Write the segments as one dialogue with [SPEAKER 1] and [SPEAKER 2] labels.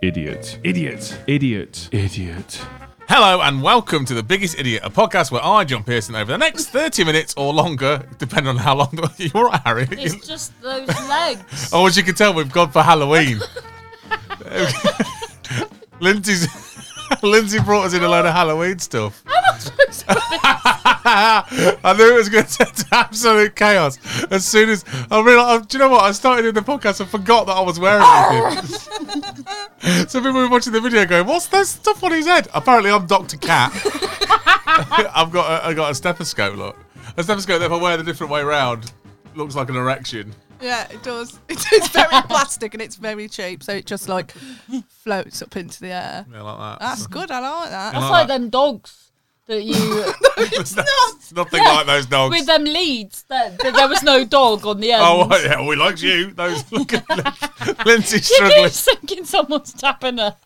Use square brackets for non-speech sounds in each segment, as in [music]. [SPEAKER 1] Idiot.
[SPEAKER 2] Idiots.
[SPEAKER 1] Idiot. Idiot.
[SPEAKER 3] Hello and welcome to The Biggest Idiot, a podcast where I, John Pearson, over the next 30 minutes or longer, depending on how long. [laughs] You're right, Harry.
[SPEAKER 4] It's just
[SPEAKER 3] [laughs]
[SPEAKER 4] those legs.
[SPEAKER 3] Oh, as you can tell, we've gone for Halloween. Lindsay's, [laughs] Lindsay brought us in a load of Halloween stuff. [laughs] I knew it was going to turn to absolute chaos. As soon as I realised, do you know what? I started doing the podcast and forgot that I was wearing anything. so people were watching the video going, "What's that stuff on his head?" Apparently, I'm Doctor Cat. I've got a, I got a stethoscope. Look, a stethoscope that if I wear the different way round, looks like an erection.
[SPEAKER 5] Yeah, it does. [laughs] It is very plastic and it's very cheap, so it just like floats up into the air.
[SPEAKER 3] Yeah, like that.
[SPEAKER 5] That's good. I like that.
[SPEAKER 4] That's like them dogs that
[SPEAKER 3] [laughs]
[SPEAKER 4] you
[SPEAKER 3] It's nothing like those dogs.
[SPEAKER 4] with them leads. That, that there was no dog on the end.
[SPEAKER 3] [laughs] Oh,
[SPEAKER 4] [laughs]
[SPEAKER 3] well, yeah, we liked you. Those look at Lin- Lindsay's
[SPEAKER 4] She
[SPEAKER 3] struggling.
[SPEAKER 4] keeps thinking someone's tapping her.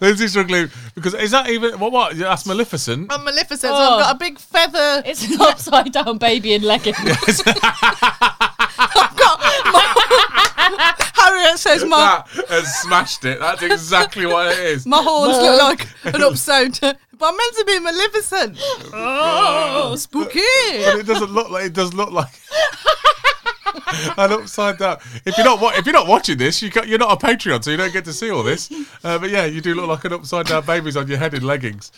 [SPEAKER 3] Lindsay's struggling because is that even what? What? That's Maleficent.
[SPEAKER 5] I'm Maleficent, so
[SPEAKER 4] Oh.
[SPEAKER 5] I've got a big feather.
[SPEAKER 4] It's an upside down baby
[SPEAKER 3] [laughs]
[SPEAKER 4] in leggings.
[SPEAKER 5] [laughs] Harriet says my
[SPEAKER 3] That has smashed it. That's exactly what it is.
[SPEAKER 5] my horns look like an upside down. But I'm meant to be Maleficent. Oh, spooky.
[SPEAKER 3] But it doesn't look like it does look like [laughs] an upside down. If you're not wa- if you're not watching this, you got, you're not a Patreon, so you don't get to see all this. Uh, but yeah, you do look like an upside down baby's on your head in leggings,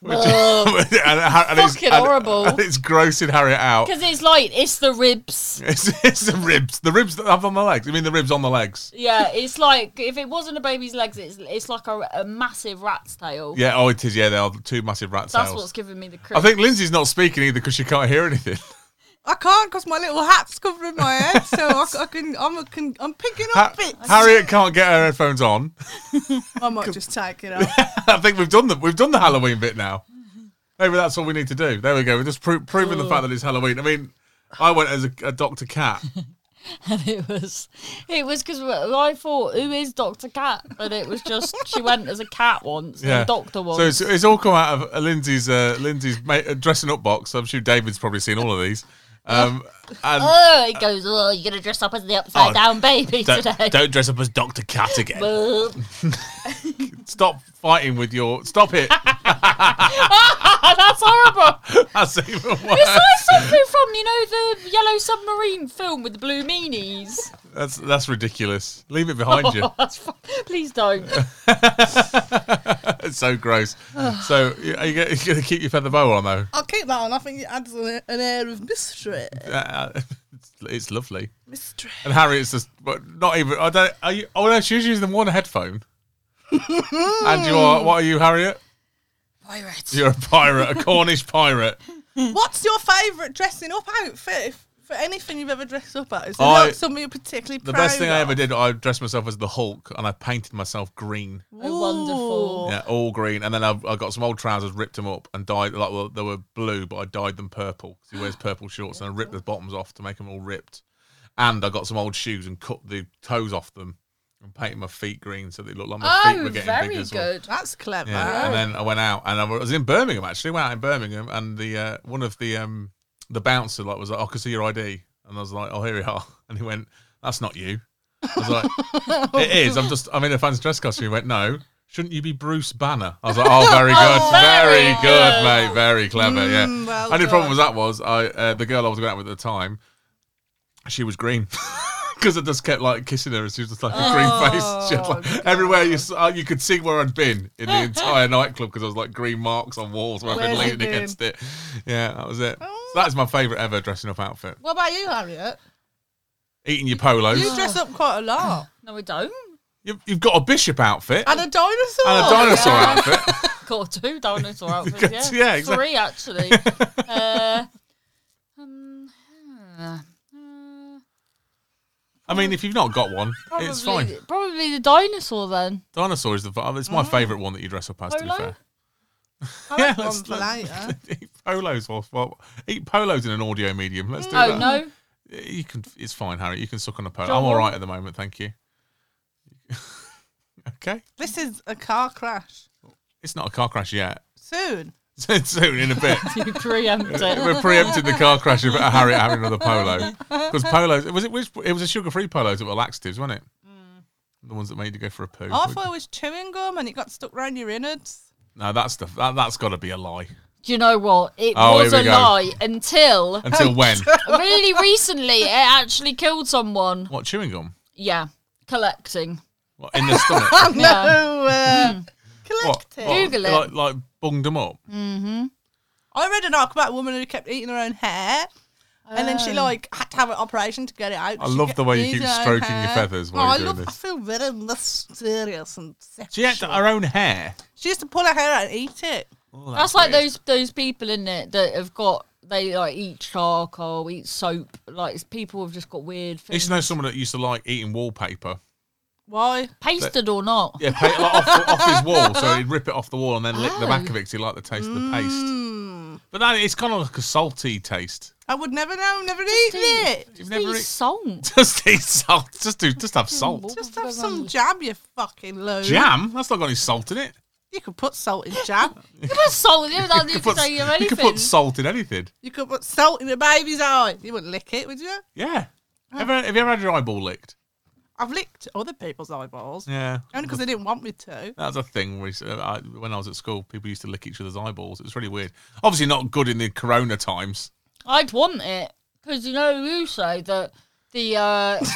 [SPEAKER 3] Which- [laughs] and, Har- and
[SPEAKER 4] Fucking
[SPEAKER 3] and- [laughs]
[SPEAKER 4] horrible.
[SPEAKER 3] And it's grossing Harriet out.
[SPEAKER 4] Because it's like, it's the ribs.
[SPEAKER 3] It's, it's the ribs. The ribs that I have on my legs. I mean, the ribs on the legs.
[SPEAKER 4] Yeah, it's like, if it wasn't a baby's legs, it's, it's like a, a massive rat's tail.
[SPEAKER 3] Yeah, oh, it is. Yeah, they are two massive rat
[SPEAKER 4] That's
[SPEAKER 3] tails.
[SPEAKER 4] what's giving me the creep.
[SPEAKER 3] I think Lindsay's not speaking either because she can't hear
[SPEAKER 4] [laughs]
[SPEAKER 3] anything.
[SPEAKER 5] I can't because my little hat's covering my head, so I, I can I'm a, can, I'm picking
[SPEAKER 3] Ha-
[SPEAKER 5] up bits.
[SPEAKER 3] Harriet can't get her headphones on. [laughs]
[SPEAKER 5] I might just take it off.
[SPEAKER 3] I think we've done the we've done the Halloween bit now. Maybe that's all we need to do. There we go. We're just pro- proving the fact that it's Halloween. I mean, I went as a, a Doctor
[SPEAKER 4] [laughs]
[SPEAKER 3] Cat.
[SPEAKER 4] and [laughs] it was, it was because I thought, who is Dr. Cat? But it was just, she went as a cat once, and
[SPEAKER 3] Yeah,
[SPEAKER 4] a doctor once.
[SPEAKER 3] So it's, it's all come out of uh, Lindsay's uh, Lindsay's ma- uh, dressing up box. I'm sure David's probably seen all of these.
[SPEAKER 4] [laughs]
[SPEAKER 3] Um, and
[SPEAKER 4] Oh, it goes, oh, you're going to dress up as the upside down baby today.
[SPEAKER 3] Oh, don't,
[SPEAKER 4] [laughs]
[SPEAKER 3] don't dress up as Doctor Cat again. Stop fighting with your. Stop it. [laughs] Oh,
[SPEAKER 4] That's horrible.
[SPEAKER 3] That's even
[SPEAKER 4] It's
[SPEAKER 3] worse.
[SPEAKER 4] like something from, you know, the Yellow Submarine film with the
[SPEAKER 3] [laughs]
[SPEAKER 4] blue meanies. Oh,
[SPEAKER 3] That's that's ridiculous. Leave it behind
[SPEAKER 4] [laughs]
[SPEAKER 3] you.
[SPEAKER 4] That's fu-
[SPEAKER 3] [laughs]
[SPEAKER 4] Please don't.
[SPEAKER 3] It's so gross. so are you going to keep your feather boa on though?
[SPEAKER 5] I'll keep that on. I think it adds an, an air of mystery.
[SPEAKER 3] Uh, it's, it's lovely.
[SPEAKER 5] Mystery.
[SPEAKER 3] And Harriet's just but not even. I don't. Are you, oh no, she's using the one headphone. and you are. What are you, Harriet?
[SPEAKER 5] Pirate.
[SPEAKER 3] You're a pirate, a Cornish pirate.
[SPEAKER 5] What's your favourite dressing up outfit if, for anything you've ever dressed up as? Is there
[SPEAKER 3] I-
[SPEAKER 5] not something you're particularly
[SPEAKER 3] The
[SPEAKER 5] proud
[SPEAKER 3] best thing I
[SPEAKER 5] of?
[SPEAKER 3] ever did, I dressed myself as the Hulk and I painted myself green.
[SPEAKER 4] Oh, wonderful.
[SPEAKER 5] Ooh.
[SPEAKER 3] Yeah, all green. And then I, I got some old trousers, ripped them up, and dyed. Like well, they were blue, but I dyed them purple. 'cause he wears purple shorts, and I ripped the bottoms off to make them all ripped. And I got some old shoes and cut the toes off them and painted my feet green so they looked like my feet
[SPEAKER 4] Oh,
[SPEAKER 3] were getting bigger
[SPEAKER 4] very
[SPEAKER 3] as well.
[SPEAKER 4] good.
[SPEAKER 5] That's clever.
[SPEAKER 3] Yeah, and then I went out, and I was in Birmingham actually. Went out in Birmingham, and the uh, one of the um, the bouncer like was like, "Oh, "I can see your ID," and I was like, "Oh, here we are," [laughs] and he went, "That's not you." I was like, "It is. I'm just. I'm in a fancy dress costume." He went, "No." Shouldn't you be Bruce Banner? I was like, oh, very good, very,
[SPEAKER 4] very
[SPEAKER 3] good,
[SPEAKER 4] good.
[SPEAKER 3] mate, very clever, yeah.
[SPEAKER 5] Mm, well
[SPEAKER 3] Only problem
[SPEAKER 5] done.
[SPEAKER 3] was that was I uh, the girl I was going out with at the time, she was green because I just kept like kissing her, and she was just like a
[SPEAKER 4] Oh,
[SPEAKER 3] green face. She had, like, everywhere you saw, you could see where I'd been in the entire nightclub because I was like green marks on walls where I've been
[SPEAKER 5] Where's it
[SPEAKER 3] leaning
[SPEAKER 5] been?
[SPEAKER 3] against it. Yeah, that was it.
[SPEAKER 4] Oh.
[SPEAKER 3] So that is my favourite ever dressing up outfit.
[SPEAKER 5] What about you, Harriet?
[SPEAKER 3] Eating your polos.
[SPEAKER 5] You dress up quite
[SPEAKER 3] [laughs]
[SPEAKER 5] a lot.
[SPEAKER 4] No, we don't.
[SPEAKER 3] You've, you've got a bishop outfit and
[SPEAKER 5] And a dinosaur.
[SPEAKER 3] a dinosaur
[SPEAKER 4] yeah.
[SPEAKER 3] outfit.
[SPEAKER 4] Got two
[SPEAKER 3] [laughs]
[SPEAKER 4] dinosaur outfits.
[SPEAKER 3] yeah,
[SPEAKER 4] Yeah,
[SPEAKER 3] exactly. [laughs]
[SPEAKER 4] three actually. uh, um, uh,
[SPEAKER 3] I mean, if you've not got one,
[SPEAKER 4] hmm, probably,
[SPEAKER 3] it's fine.
[SPEAKER 4] Probably the dinosaur then.
[SPEAKER 3] Dinosaur is the. It's my favourite one that you dress up as. To be
[SPEAKER 4] Mm. Polo?
[SPEAKER 3] fair. [laughs]
[SPEAKER 5] I
[SPEAKER 3] Yeah,
[SPEAKER 5] like one
[SPEAKER 3] let's-
[SPEAKER 5] for later.
[SPEAKER 3] eat polos whilst well, eat polos in an audio medium. Let's do that.
[SPEAKER 4] Oh no, [laughs]
[SPEAKER 3] You can. It's fine, Harry. You can suck on a polo.
[SPEAKER 4] John,
[SPEAKER 3] I'm all
[SPEAKER 4] one.
[SPEAKER 3] right at the moment, thank you. [laughs] okay,
[SPEAKER 5] this is a car crash.
[SPEAKER 3] it's not a car crash yet. [laughs]
[SPEAKER 5] Soon.
[SPEAKER 3] Soon in a
[SPEAKER 4] [laughs]
[SPEAKER 3] bit.
[SPEAKER 4] you preempt
[SPEAKER 3] [laughs]
[SPEAKER 4] it.
[SPEAKER 3] We're preempting the car crash of Harry
[SPEAKER 4] [laughs] Mm.
[SPEAKER 3] having another polo because polos. Was it? Which, it was a sugar-free polos that were laxatives, wasn't it? The ones that made you go for a poo.
[SPEAKER 4] Oh,
[SPEAKER 5] I thought it was chewing gum and it got stuck round
[SPEAKER 3] [laughs]
[SPEAKER 5] your innards.
[SPEAKER 3] no, that's the that, that's got to be a
[SPEAKER 4] [laughs]
[SPEAKER 3] lie.
[SPEAKER 4] Do you know what? It
[SPEAKER 3] Oh,
[SPEAKER 4] was
[SPEAKER 3] here
[SPEAKER 4] a
[SPEAKER 3] we go.
[SPEAKER 4] lie until
[SPEAKER 3] Until
[SPEAKER 4] [laughs]
[SPEAKER 3] when?
[SPEAKER 4] really recently it actually killed someone.
[SPEAKER 3] What chewing gum?
[SPEAKER 4] Yeah, collecting.
[SPEAKER 3] What in the
[SPEAKER 4] [laughs]
[SPEAKER 3] stomach?
[SPEAKER 4] Yeah.
[SPEAKER 5] Oh, uh,
[SPEAKER 3] what?
[SPEAKER 5] collected.
[SPEAKER 3] what?
[SPEAKER 4] Google it. Mm,
[SPEAKER 3] Like like bunged them up.
[SPEAKER 5] I read an arc about a woman who kept eating her own hair. And then she
[SPEAKER 3] Oh.
[SPEAKER 5] like had to have an operation to get it out.
[SPEAKER 3] I
[SPEAKER 5] She
[SPEAKER 3] love
[SPEAKER 5] get-
[SPEAKER 3] the way you
[SPEAKER 5] eating
[SPEAKER 3] keep
[SPEAKER 5] her own
[SPEAKER 3] stroking your
[SPEAKER 5] hair.
[SPEAKER 3] feathers while
[SPEAKER 5] Oh,
[SPEAKER 3] you're
[SPEAKER 5] I
[SPEAKER 3] doing
[SPEAKER 5] love, I
[SPEAKER 3] this.
[SPEAKER 5] feel very mysterious and sexual.
[SPEAKER 3] She had her own hair.
[SPEAKER 5] She used to pull her hair out and eat it.
[SPEAKER 4] That's like those those people in it that have got they like eat charcoal, eat soap. Like it's people have just got weird
[SPEAKER 3] I used
[SPEAKER 4] things.
[SPEAKER 3] to know someone that used to like eating wallpaper.
[SPEAKER 5] Why?
[SPEAKER 4] pasted or not.
[SPEAKER 3] Yeah, pa- like off, off his wall, so he'd rip it off the wall and then lick the back of
[SPEAKER 4] Oh.
[SPEAKER 3] it because he liked the taste of the paste. But that, it's kind of like a salty taste. [laughs]
[SPEAKER 5] I would never know. Never eaten it.
[SPEAKER 3] You've
[SPEAKER 4] Just
[SPEAKER 3] never eat-
[SPEAKER 4] eat
[SPEAKER 3] [laughs]
[SPEAKER 4] salt.
[SPEAKER 3] Just eat salt. Just do. Just have salt.
[SPEAKER 4] what-
[SPEAKER 5] Just have some jam, you fucking load.
[SPEAKER 3] Jam. That's not got any salt in it.
[SPEAKER 5] You could put salt in jam.
[SPEAKER 4] You put salt in it without
[SPEAKER 3] You can
[SPEAKER 4] needing to
[SPEAKER 3] put,
[SPEAKER 4] tell you
[SPEAKER 3] you can
[SPEAKER 4] anything.
[SPEAKER 3] put salt in anything.
[SPEAKER 5] you could put salt in a baby's eye. You wouldn't lick it, would you?
[SPEAKER 3] Yeah. Ever, have you ever had your eyeball licked?
[SPEAKER 5] I've licked other people's eyeballs.
[SPEAKER 3] Yeah.
[SPEAKER 5] Only because they didn't want me to.
[SPEAKER 3] [laughs] That was a thing where, uh, I, when I was at school, people used to lick each other's eyeballs. It was really weird. Obviously, not good in the corona times.
[SPEAKER 4] I'd want it because you know who say that the. uh
[SPEAKER 3] [laughs]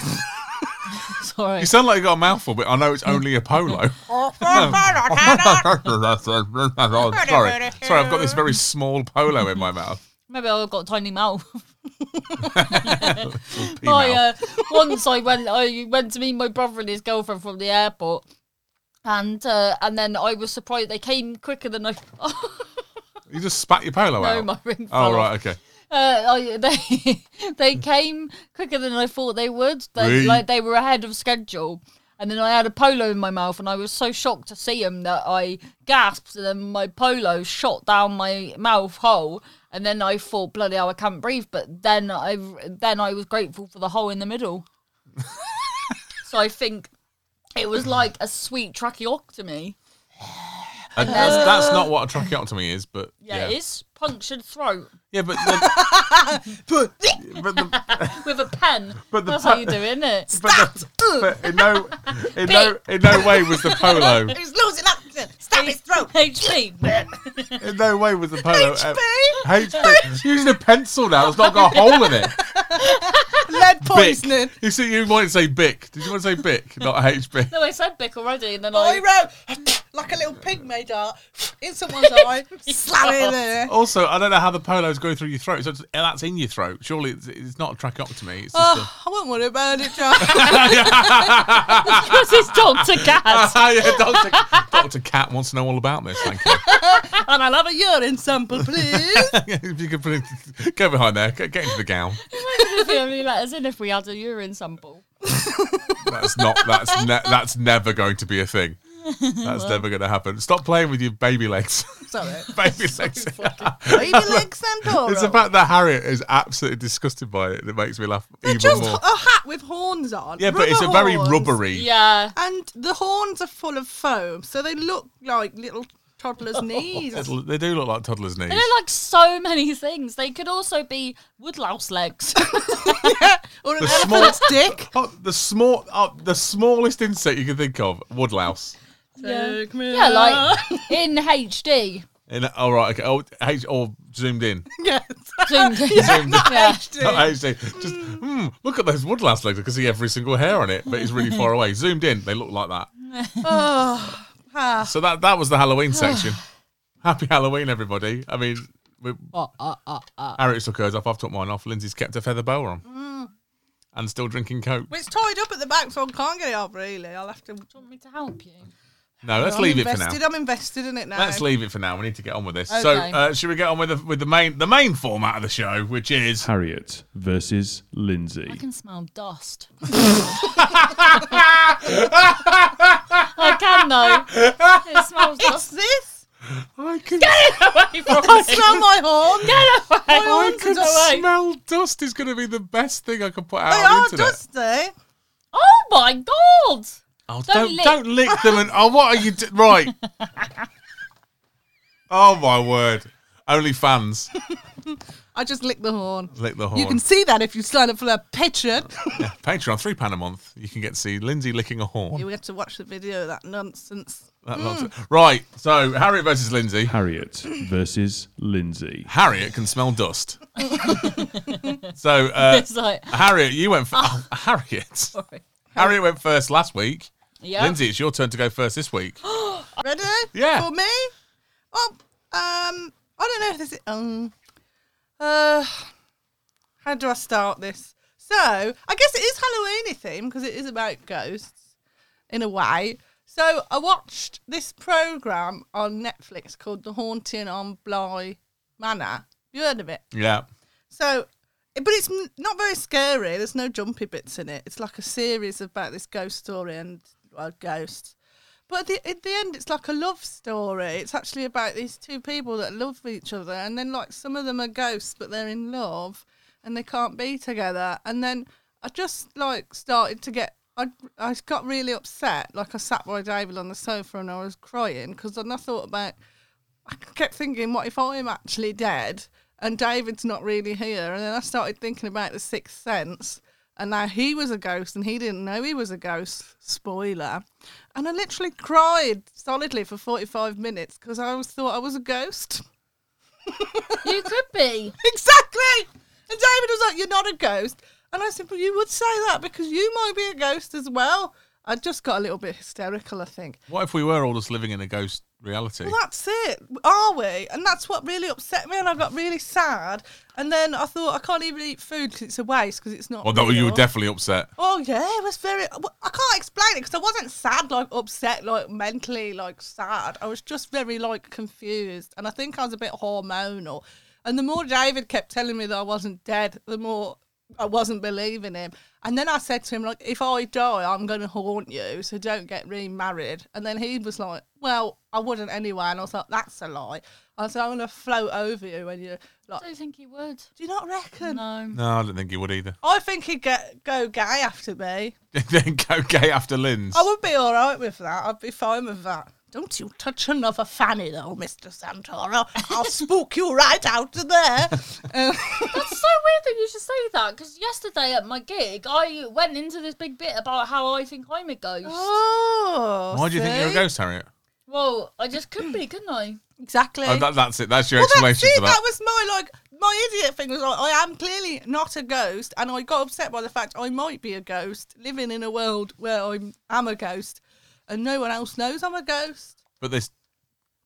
[SPEAKER 4] [laughs] Sorry.
[SPEAKER 3] You sound like you got a mouthful, but I know it's only a polo. [laughs]
[SPEAKER 5] [laughs]
[SPEAKER 3] sorry, sorry, I've got this very small polo in my mouth.
[SPEAKER 4] [laughs] Maybe I've got a tiny mouth.
[SPEAKER 3] Little pea
[SPEAKER 4] I,
[SPEAKER 3] mouth.
[SPEAKER 4] uh, once I went, I went to meet my brother and his girlfriend from the airport, and uh, and then I was surprised they came quicker than I. [laughs] Oh
[SPEAKER 3] You just spat your polo
[SPEAKER 4] no,
[SPEAKER 3] out.
[SPEAKER 4] my ring. Fell
[SPEAKER 3] oh
[SPEAKER 4] off.
[SPEAKER 3] right, okay.
[SPEAKER 4] Uh, I, [laughs] they they came quicker than I thought they would. They,
[SPEAKER 3] Really?
[SPEAKER 4] like they were ahead of schedule. And then I had a polo in my mouth, and I was so shocked to see him that I gasped, and then my polo shot down my mouth hole. And then I thought, bloody hell, I can't breathe. But then I then I was grateful for the hole in
[SPEAKER 3] [laughs]
[SPEAKER 4] the middle. so I think it was like a sweet tracheotomy.
[SPEAKER 3] And that's, that's not what a tracheotomy is, but
[SPEAKER 4] Yeah, it is punctured throat
[SPEAKER 3] Yeah, but
[SPEAKER 4] [laughs]
[SPEAKER 3] the,
[SPEAKER 5] Put
[SPEAKER 3] but the,
[SPEAKER 4] with a pen.
[SPEAKER 3] But the
[SPEAKER 4] That's
[SPEAKER 3] pu-
[SPEAKER 4] how you do it,
[SPEAKER 3] [laughs]
[SPEAKER 4] innit?
[SPEAKER 3] but the, but in no in no in no way was the polo
[SPEAKER 5] He's losing oxygen. Stab his [laughs] throat.
[SPEAKER 4] HP.
[SPEAKER 3] in no way was the polo uh,
[SPEAKER 5] HP.
[SPEAKER 3] HP. Using a pencil now, it's not got a hole in
[SPEAKER 4] [laughs]
[SPEAKER 3] it.
[SPEAKER 5] Lead poisoning.
[SPEAKER 3] Bic. You see, you wanted to say Bic. Did you want to say Bic, not HB?
[SPEAKER 4] No, I said Bic already, and then I.
[SPEAKER 5] Pyro. like a little pig made up in someone's [laughs] eye. Slam it in there.
[SPEAKER 3] Also, I don't know how the polos go through your throat. So it's, that's in your throat. Surely it's, it's not a tracheotomy. It's just
[SPEAKER 5] [laughs]
[SPEAKER 3] a...
[SPEAKER 5] Oh, I wouldn't worry about it, [laughs] John.
[SPEAKER 4] Because it's [laughs] Dr. Gas,
[SPEAKER 3] Ah, [laughs] yeah, Doctor Doctor Cat wants to know all about this. Thank you.
[SPEAKER 5] and I'll have a urine sample, please.
[SPEAKER 3] if you [laughs] could put it, go behind there, get, get into the gown.
[SPEAKER 4] they only let us in if we had a urine sample.
[SPEAKER 3] That's not. That's ne- that's never going to be a thing. That's never going to happen. Stop playing with your baby legs. [laughs]
[SPEAKER 5] Sorry.
[SPEAKER 3] baby legs.
[SPEAKER 5] [laughs] Baby legs and
[SPEAKER 3] [laughs]
[SPEAKER 5] Dora.
[SPEAKER 3] It's the fact that Harriet is absolutely disgusted by it that makes me laugh even
[SPEAKER 5] Just
[SPEAKER 3] more.
[SPEAKER 5] a hat with horns on.
[SPEAKER 3] Yeah, but
[SPEAKER 5] rubber
[SPEAKER 3] it's a very
[SPEAKER 5] horns.
[SPEAKER 3] rubbery.
[SPEAKER 4] Yeah.
[SPEAKER 5] And the horns are full of foam, so they look like little
[SPEAKER 3] [laughs]
[SPEAKER 5] toddlers' knees.
[SPEAKER 3] It's- They do look like toddlers' knees.
[SPEAKER 4] They are like so many things. They could also be woodlouse [laughs] legs.
[SPEAKER 5] Or an
[SPEAKER 3] The small-
[SPEAKER 5] elephant's dick.
[SPEAKER 3] Oh, the small, oh, the smallest insect you can think of, woodlouse.
[SPEAKER 5] [laughs]
[SPEAKER 4] yeah.
[SPEAKER 5] Take me
[SPEAKER 4] yeah,
[SPEAKER 5] out.
[SPEAKER 4] like in [laughs] HD.
[SPEAKER 3] In, oh, right, okay. Oh, H, or zoomed
[SPEAKER 4] [laughs]
[SPEAKER 3] in.
[SPEAKER 5] Yes.
[SPEAKER 4] Zoomed in.
[SPEAKER 5] Yeah.
[SPEAKER 4] [laughs] yeah.
[SPEAKER 3] Not HD. Just, hmm, look at those woodlouse legs. I can see every single hair on it, but it's really far away. Zoomed in, they look like
[SPEAKER 4] [laughs]
[SPEAKER 3] that.
[SPEAKER 5] Oh, ah.
[SPEAKER 3] So that that was the
[SPEAKER 4] [sighs]
[SPEAKER 3] Halloween section. Happy Halloween, everybody. I mean, we,
[SPEAKER 4] Uh, uh, uh, uh. Mm.
[SPEAKER 3] Harriet took hers off. I've took mine off. Lindsay's kept her feather boa on, and still drinking coke.
[SPEAKER 5] Well, it's tied up at the back, so I can't get it off, really. I'll have to.
[SPEAKER 4] Do you want me to help you?
[SPEAKER 3] No, let's
[SPEAKER 5] I'm
[SPEAKER 3] leave it for now.
[SPEAKER 5] invested. I'm invested in it now.
[SPEAKER 3] Let's leave it for now. We need to get on with this. So,
[SPEAKER 4] Okay.
[SPEAKER 3] uh, should we get on with the with the main the main format of the show, which is
[SPEAKER 1] Harriet versus Lindsay.
[SPEAKER 4] I can smell dust. [laughs] I can though. It smells
[SPEAKER 5] What's
[SPEAKER 4] dust.
[SPEAKER 5] this?
[SPEAKER 3] I can,
[SPEAKER 4] away from
[SPEAKER 5] I
[SPEAKER 4] me.
[SPEAKER 5] smell my horn.
[SPEAKER 4] Get away.
[SPEAKER 3] I can
[SPEAKER 4] Away.
[SPEAKER 3] smell dust is going to be the best thing I can put out
[SPEAKER 5] They
[SPEAKER 3] on the
[SPEAKER 5] are
[SPEAKER 3] internet.
[SPEAKER 5] dusty.
[SPEAKER 4] Oh my god!
[SPEAKER 3] Oh,
[SPEAKER 4] Don't
[SPEAKER 3] don't,
[SPEAKER 4] lick.
[SPEAKER 3] don't lick them and oh, what are you do- right?
[SPEAKER 5] [laughs]
[SPEAKER 3] oh my word! Only fans.
[SPEAKER 5] I just lick the horn.
[SPEAKER 3] Lick the horn.
[SPEAKER 5] You can see that if you sign up for the Patreon.
[SPEAKER 3] Yeah, Patreon, three pound a month. You can get to see Lindsay licking a horn.
[SPEAKER 5] [laughs] you have to watch the video of that nonsense.
[SPEAKER 3] That loves it. Right. So Harriet versus Lindsay.
[SPEAKER 4] [clears throat]
[SPEAKER 1] Harriet versus Lindsay.
[SPEAKER 3] Harriet can smell
[SPEAKER 5] [laughs]
[SPEAKER 3] dust. so uh,
[SPEAKER 4] It's like,
[SPEAKER 3] Harriet, you went. For, [laughs] Harriet.
[SPEAKER 4] sorry.
[SPEAKER 3] Harriet went first last week.
[SPEAKER 4] Yeah.
[SPEAKER 3] Lindsay, it's your turn to go first this week.
[SPEAKER 5] Ready?
[SPEAKER 3] Yeah.
[SPEAKER 5] For me? Oh, um, I don't know if this is. Um, uh, how do I start this? So, I guess it is Halloweeny theme because it is about ghosts in a way. So, I watched this program on Netflix called The Haunting on Bly Manor. You heard of it?
[SPEAKER 3] yeah.
[SPEAKER 5] So, but it's n- not very scary. There's no jumpy bits in it. It's like a series about this ghost story and well, ghosts. But at the, at the end, it's like a love story. It's actually about these two people that love each other, and then like some of them are ghosts, but they're in love, and they can't be together. And then I just like started to get. I, I got really upset. Like I sat by David on the sofa and I was crying because then I thought about I kept thinking, what if I'm actually dead and David's not really here? And then I started thinking about the sixth sense and now he was a ghost and he didn't know he was a ghost. Spoiler. And I literally cried solidly for 45 minutes because I always thought I was a ghost. [laughs]
[SPEAKER 4] You could be.
[SPEAKER 5] exactly. And David was like, You're not a ghost. And I said, Well, you would say that because you might be a ghost as well. I just got a little bit hysterical, I think.
[SPEAKER 3] What if we were all just living in a ghost reality?
[SPEAKER 5] Well, that's it, are we? And that's what really upset me, and I got really sad. And then I thought I can't even eat food because it's a waste because it's not.
[SPEAKER 3] Well, no, you were
[SPEAKER 5] real.
[SPEAKER 3] definitely upset.
[SPEAKER 5] Oh yeah, it was very. well, I can't explain it because I wasn't sad, like upset, like mentally, like sad. I was just very like confused, and I think I was a bit hormonal. And the more David kept telling me that I wasn't dead, the more I wasn't believing him. And then I said to him, like, if I die, I'm going to haunt you, so don't get remarried. And then he was like, well, I wouldn't anyway. And I was like, that's a lie. I said, I'm going to float over you when you like.
[SPEAKER 4] I don't think he would.
[SPEAKER 5] Do you not reckon?
[SPEAKER 4] No.
[SPEAKER 3] No, I don't think you would either. [laughs]
[SPEAKER 5] I think he'd get go gay after me.
[SPEAKER 3] then go gay after Lynn's.
[SPEAKER 5] I would be all right with that. I'd be fine with that. Don't you touch another fanny, though, Mr. Santoro. [laughs] I'll spook you right out of there. [laughs]
[SPEAKER 4] [laughs]
[SPEAKER 5] Um,
[SPEAKER 4] That's so weird that you should say that because yesterday at my gig, I went into this big bit about how I think I'm a ghost.
[SPEAKER 5] oh,
[SPEAKER 3] Why do you think you're a
[SPEAKER 5] see?
[SPEAKER 3] ghost, Harriet?
[SPEAKER 4] Well, I just could be, couldn't I?
[SPEAKER 5] Exactly.
[SPEAKER 3] Oh, that, that's it. That's your
[SPEAKER 5] well, that,
[SPEAKER 3] explanation
[SPEAKER 5] see,
[SPEAKER 3] for that.
[SPEAKER 5] that was my like my idiot thing was like I am clearly not a ghost, and I got upset by the fact I might be a ghost living in a world where I'm am a ghost, and no one else knows I'm a ghost.
[SPEAKER 3] But this,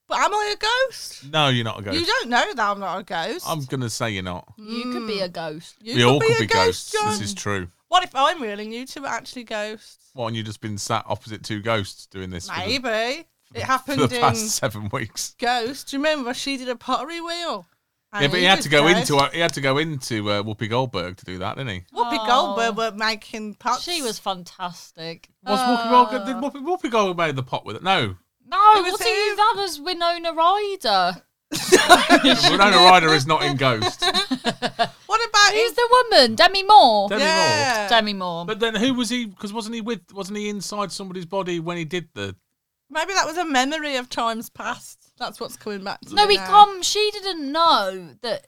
[SPEAKER 5] But am I a ghost?
[SPEAKER 3] no, you're not a ghost.
[SPEAKER 5] You don't know that I'm not a ghost.
[SPEAKER 3] I'm gonna say you're not.
[SPEAKER 4] You could
[SPEAKER 3] Mm.
[SPEAKER 4] be a ghost.
[SPEAKER 5] you
[SPEAKER 3] we all could
[SPEAKER 5] a
[SPEAKER 3] be ghosts.
[SPEAKER 5] John.
[SPEAKER 3] This is true.
[SPEAKER 5] What if I'm real and you two are actually ghosts?
[SPEAKER 3] What, and you've just been sat opposite two ghosts doing this for the-
[SPEAKER 5] Maybe. It
[SPEAKER 3] for
[SPEAKER 5] happened
[SPEAKER 3] the,
[SPEAKER 5] in
[SPEAKER 3] past seven weeks?
[SPEAKER 5] Ghost. Do you remember she did a pottery wheel? And
[SPEAKER 3] Yeah, but he had
[SPEAKER 5] was
[SPEAKER 3] to go
[SPEAKER 5] ghost.
[SPEAKER 3] into uh, he had to go into uh, Whoopi Goldberg to do that, didn't he?
[SPEAKER 5] Whoopi
[SPEAKER 4] Oh.
[SPEAKER 5] Goldberg were making pots.
[SPEAKER 4] She was fantastic. Uh,
[SPEAKER 3] Was Whoopi
[SPEAKER 5] Oh.
[SPEAKER 3] Goldberg did Whoopi, Whoopi Goldberg made the pot with it?
[SPEAKER 5] [laughs]
[SPEAKER 3] No,
[SPEAKER 4] No,
[SPEAKER 5] was
[SPEAKER 4] what are
[SPEAKER 5] who?
[SPEAKER 4] you? That was Winona Ryder.
[SPEAKER 3] Winona Ryder is not in
[SPEAKER 5] [laughs]
[SPEAKER 3] Ghost.
[SPEAKER 5] What about
[SPEAKER 4] Who's
[SPEAKER 5] his?
[SPEAKER 4] the woman? Demi Moore.
[SPEAKER 3] Demi Moore.
[SPEAKER 5] Yeah.
[SPEAKER 4] Demi Moore.
[SPEAKER 3] But then who was he? Because wasn't he with? Wasn't he inside somebody's body when he did the?
[SPEAKER 5] Maybe that was a memory of times past. That's what's coming back to
[SPEAKER 4] No,
[SPEAKER 5] me
[SPEAKER 4] he
[SPEAKER 5] now.
[SPEAKER 4] come. She didn't know that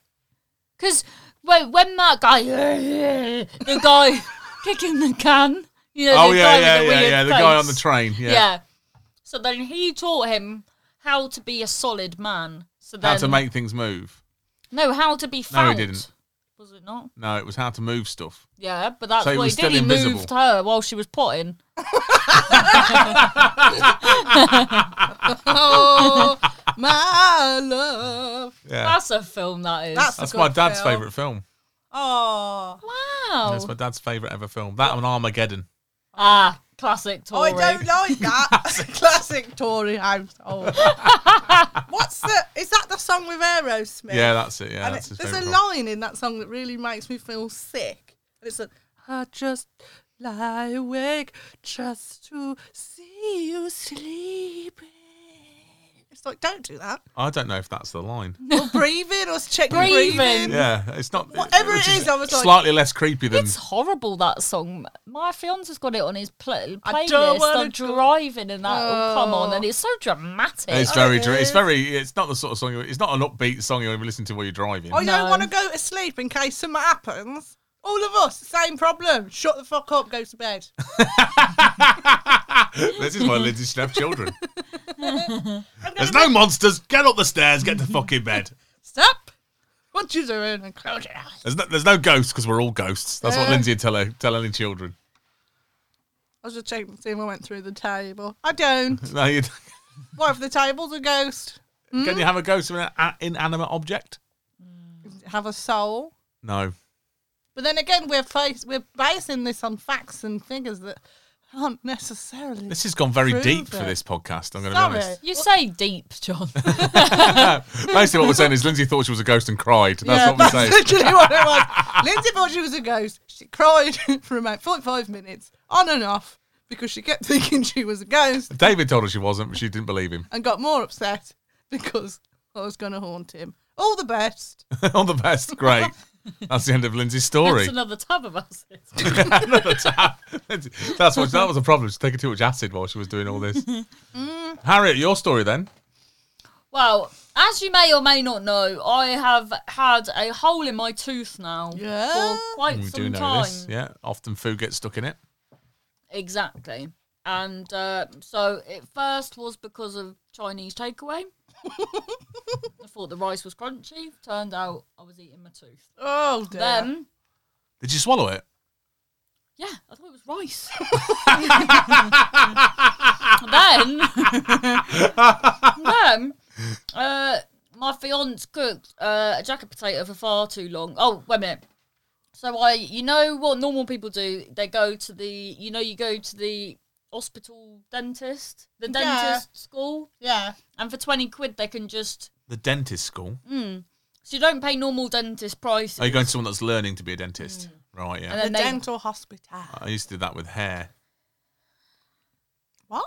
[SPEAKER 4] because when, when that guy, [laughs] the
[SPEAKER 3] [laughs]
[SPEAKER 4] guy kicking the can, you know,
[SPEAKER 3] oh
[SPEAKER 4] the
[SPEAKER 3] yeah,
[SPEAKER 4] guy
[SPEAKER 3] yeah,
[SPEAKER 4] with the
[SPEAKER 3] yeah,
[SPEAKER 4] weird
[SPEAKER 3] yeah. The guy on the
[SPEAKER 4] face.
[SPEAKER 3] train. Yeah.
[SPEAKER 4] Yeah. So then he taught him how to be a solid man. So then
[SPEAKER 3] How
[SPEAKER 5] um,
[SPEAKER 3] to make things move?
[SPEAKER 4] no, how to be felt.
[SPEAKER 3] No, he didn't.
[SPEAKER 4] Was it not?
[SPEAKER 3] No, it was how to move stuff.
[SPEAKER 4] Yeah, but that's
[SPEAKER 3] So he
[SPEAKER 4] what
[SPEAKER 3] was
[SPEAKER 4] he
[SPEAKER 3] still
[SPEAKER 4] did. He
[SPEAKER 3] invisible.
[SPEAKER 4] moved her while she
[SPEAKER 3] [laughs]
[SPEAKER 4] was potting.
[SPEAKER 5] Oh, my love.
[SPEAKER 3] Yeah, that's,
[SPEAKER 4] That's a film that is.
[SPEAKER 5] That's, a
[SPEAKER 3] my
[SPEAKER 5] good
[SPEAKER 3] dad's
[SPEAKER 5] film.
[SPEAKER 3] favourite film.
[SPEAKER 5] Oh,
[SPEAKER 4] wow.
[SPEAKER 3] That's my dad's favourite ever film. That and Armageddon.
[SPEAKER 4] ah, classic Tory.
[SPEAKER 5] I don't
[SPEAKER 3] [laughs]
[SPEAKER 5] like that. Classic Tory household. What's the? Is that the song with Aerosmith?
[SPEAKER 3] Yeah, that's it. Yeah,
[SPEAKER 5] And
[SPEAKER 3] that's
[SPEAKER 5] it-
[SPEAKER 3] his
[SPEAKER 5] there's
[SPEAKER 3] favourite.
[SPEAKER 5] a
[SPEAKER 3] film.
[SPEAKER 5] line in that song that really makes me feel sick. And it's like, I just lie awake just to see you sleeping. It's like, don't do that.
[SPEAKER 3] I don't know if that's the
[SPEAKER 5] [laughs]
[SPEAKER 3] line.
[SPEAKER 5] Or breathing, or check your
[SPEAKER 4] Breathing.
[SPEAKER 5] breathing.
[SPEAKER 3] Yeah, it's not.
[SPEAKER 5] Whatever
[SPEAKER 3] which
[SPEAKER 5] it is, I was like-
[SPEAKER 3] slightly less creepy than.
[SPEAKER 4] It's horrible that song. My fiance's got it on his pl-
[SPEAKER 5] I don't
[SPEAKER 4] playlist.
[SPEAKER 5] wanna
[SPEAKER 4] I'm
[SPEAKER 5] go-
[SPEAKER 4] driving and that will come on, and
[SPEAKER 5] Oh.
[SPEAKER 4] it's so dramatic.
[SPEAKER 3] It's very.
[SPEAKER 5] it
[SPEAKER 3] dr- It's
[SPEAKER 5] is.
[SPEAKER 3] very. It's not the sort of song. you- It's not an upbeat song you want to listen to while you're driving.
[SPEAKER 5] I
[SPEAKER 4] No.
[SPEAKER 5] don't want to go to sleep in case something happens. All of us, same problem. Shut the fuck up, go to bed. [laughs]
[SPEAKER 3] this is why Lindsay should have [laughs] children. There's no monsters. Get up the stairs. Get to fucking bed.
[SPEAKER 5] Stop. What you doing? And close your eyes.
[SPEAKER 3] There's no, there's no ghosts because we're all ghosts. That's what
[SPEAKER 5] Yeah.
[SPEAKER 3] Lindsay would tell her, tell any children.
[SPEAKER 5] I was just checking to see if I went through the table. I don't.
[SPEAKER 3] No, you,
[SPEAKER 5] what if the table's a ghost?
[SPEAKER 3] Can you have a ghost with an a- inanimate object?
[SPEAKER 5] Have a soul?
[SPEAKER 3] No.
[SPEAKER 5] But then again, we're face, we're basing this on facts and figures that aren't necessarily.
[SPEAKER 3] This has gone very
[SPEAKER 5] Prove
[SPEAKER 3] deep for
[SPEAKER 5] it.
[SPEAKER 3] this podcast. I'm going to be
[SPEAKER 5] Sorry.
[SPEAKER 3] honest.
[SPEAKER 4] you say deep,
[SPEAKER 3] [laughs]
[SPEAKER 4] John.
[SPEAKER 3] Basically, what we're [laughs] saying is Lindsay thought she was a ghost and cried. That's what we're saying.
[SPEAKER 5] literally what it was. Lindsay thought she was a ghost. She cried [laughs] for about 45 minutes, on and off, because she kept [laughs] thinking she was a ghost
[SPEAKER 3] David told her she wasn't, but she didn't believe him. [laughs]
[SPEAKER 5] and got more upset because I was going to haunt him. All the best.
[SPEAKER 3] All the best. [laughs] Great. That's the end of Lindsay's story.
[SPEAKER 4] That's another tab of us.
[SPEAKER 3] [laughs] Another tap. That's what that was a problem. She's taking too much acid while she was doing all [laughs] this. Harriet, your story then.
[SPEAKER 4] Well, as you may or may not know, I have had a hole in my tooth now
[SPEAKER 5] Yeah.
[SPEAKER 4] for quite
[SPEAKER 3] We
[SPEAKER 4] some
[SPEAKER 3] do know
[SPEAKER 4] time.
[SPEAKER 3] this. Yeah. Often food gets stuck in it.
[SPEAKER 4] Exactly. And uh, so it first was because of Chinese takeaway. [laughs] I thought the rice was crunchy. Turned out I was eating my tooth.
[SPEAKER 5] Oh, dear.
[SPEAKER 4] Then,
[SPEAKER 3] Did you swallow it?
[SPEAKER 4] yeah, I thought it was rice. then, then, uh, my fiance cooked uh, a jacket potato for far too long. Oh, wait a minute. So I, you know what normal people do? They go to the, you know, you go to the hospital dentist, the
[SPEAKER 5] Yeah.
[SPEAKER 4] dentist school,
[SPEAKER 5] Yeah.
[SPEAKER 4] and for twenty quid they can just.
[SPEAKER 3] The dentist school.
[SPEAKER 4] So you don't pay normal dentist prices.
[SPEAKER 3] Are Oh, you going to someone that's learning to be a dentist? Right. Yeah.
[SPEAKER 4] And
[SPEAKER 5] The
[SPEAKER 4] then they-
[SPEAKER 5] dental hospital.
[SPEAKER 3] I used to do that with hair.
[SPEAKER 5] What?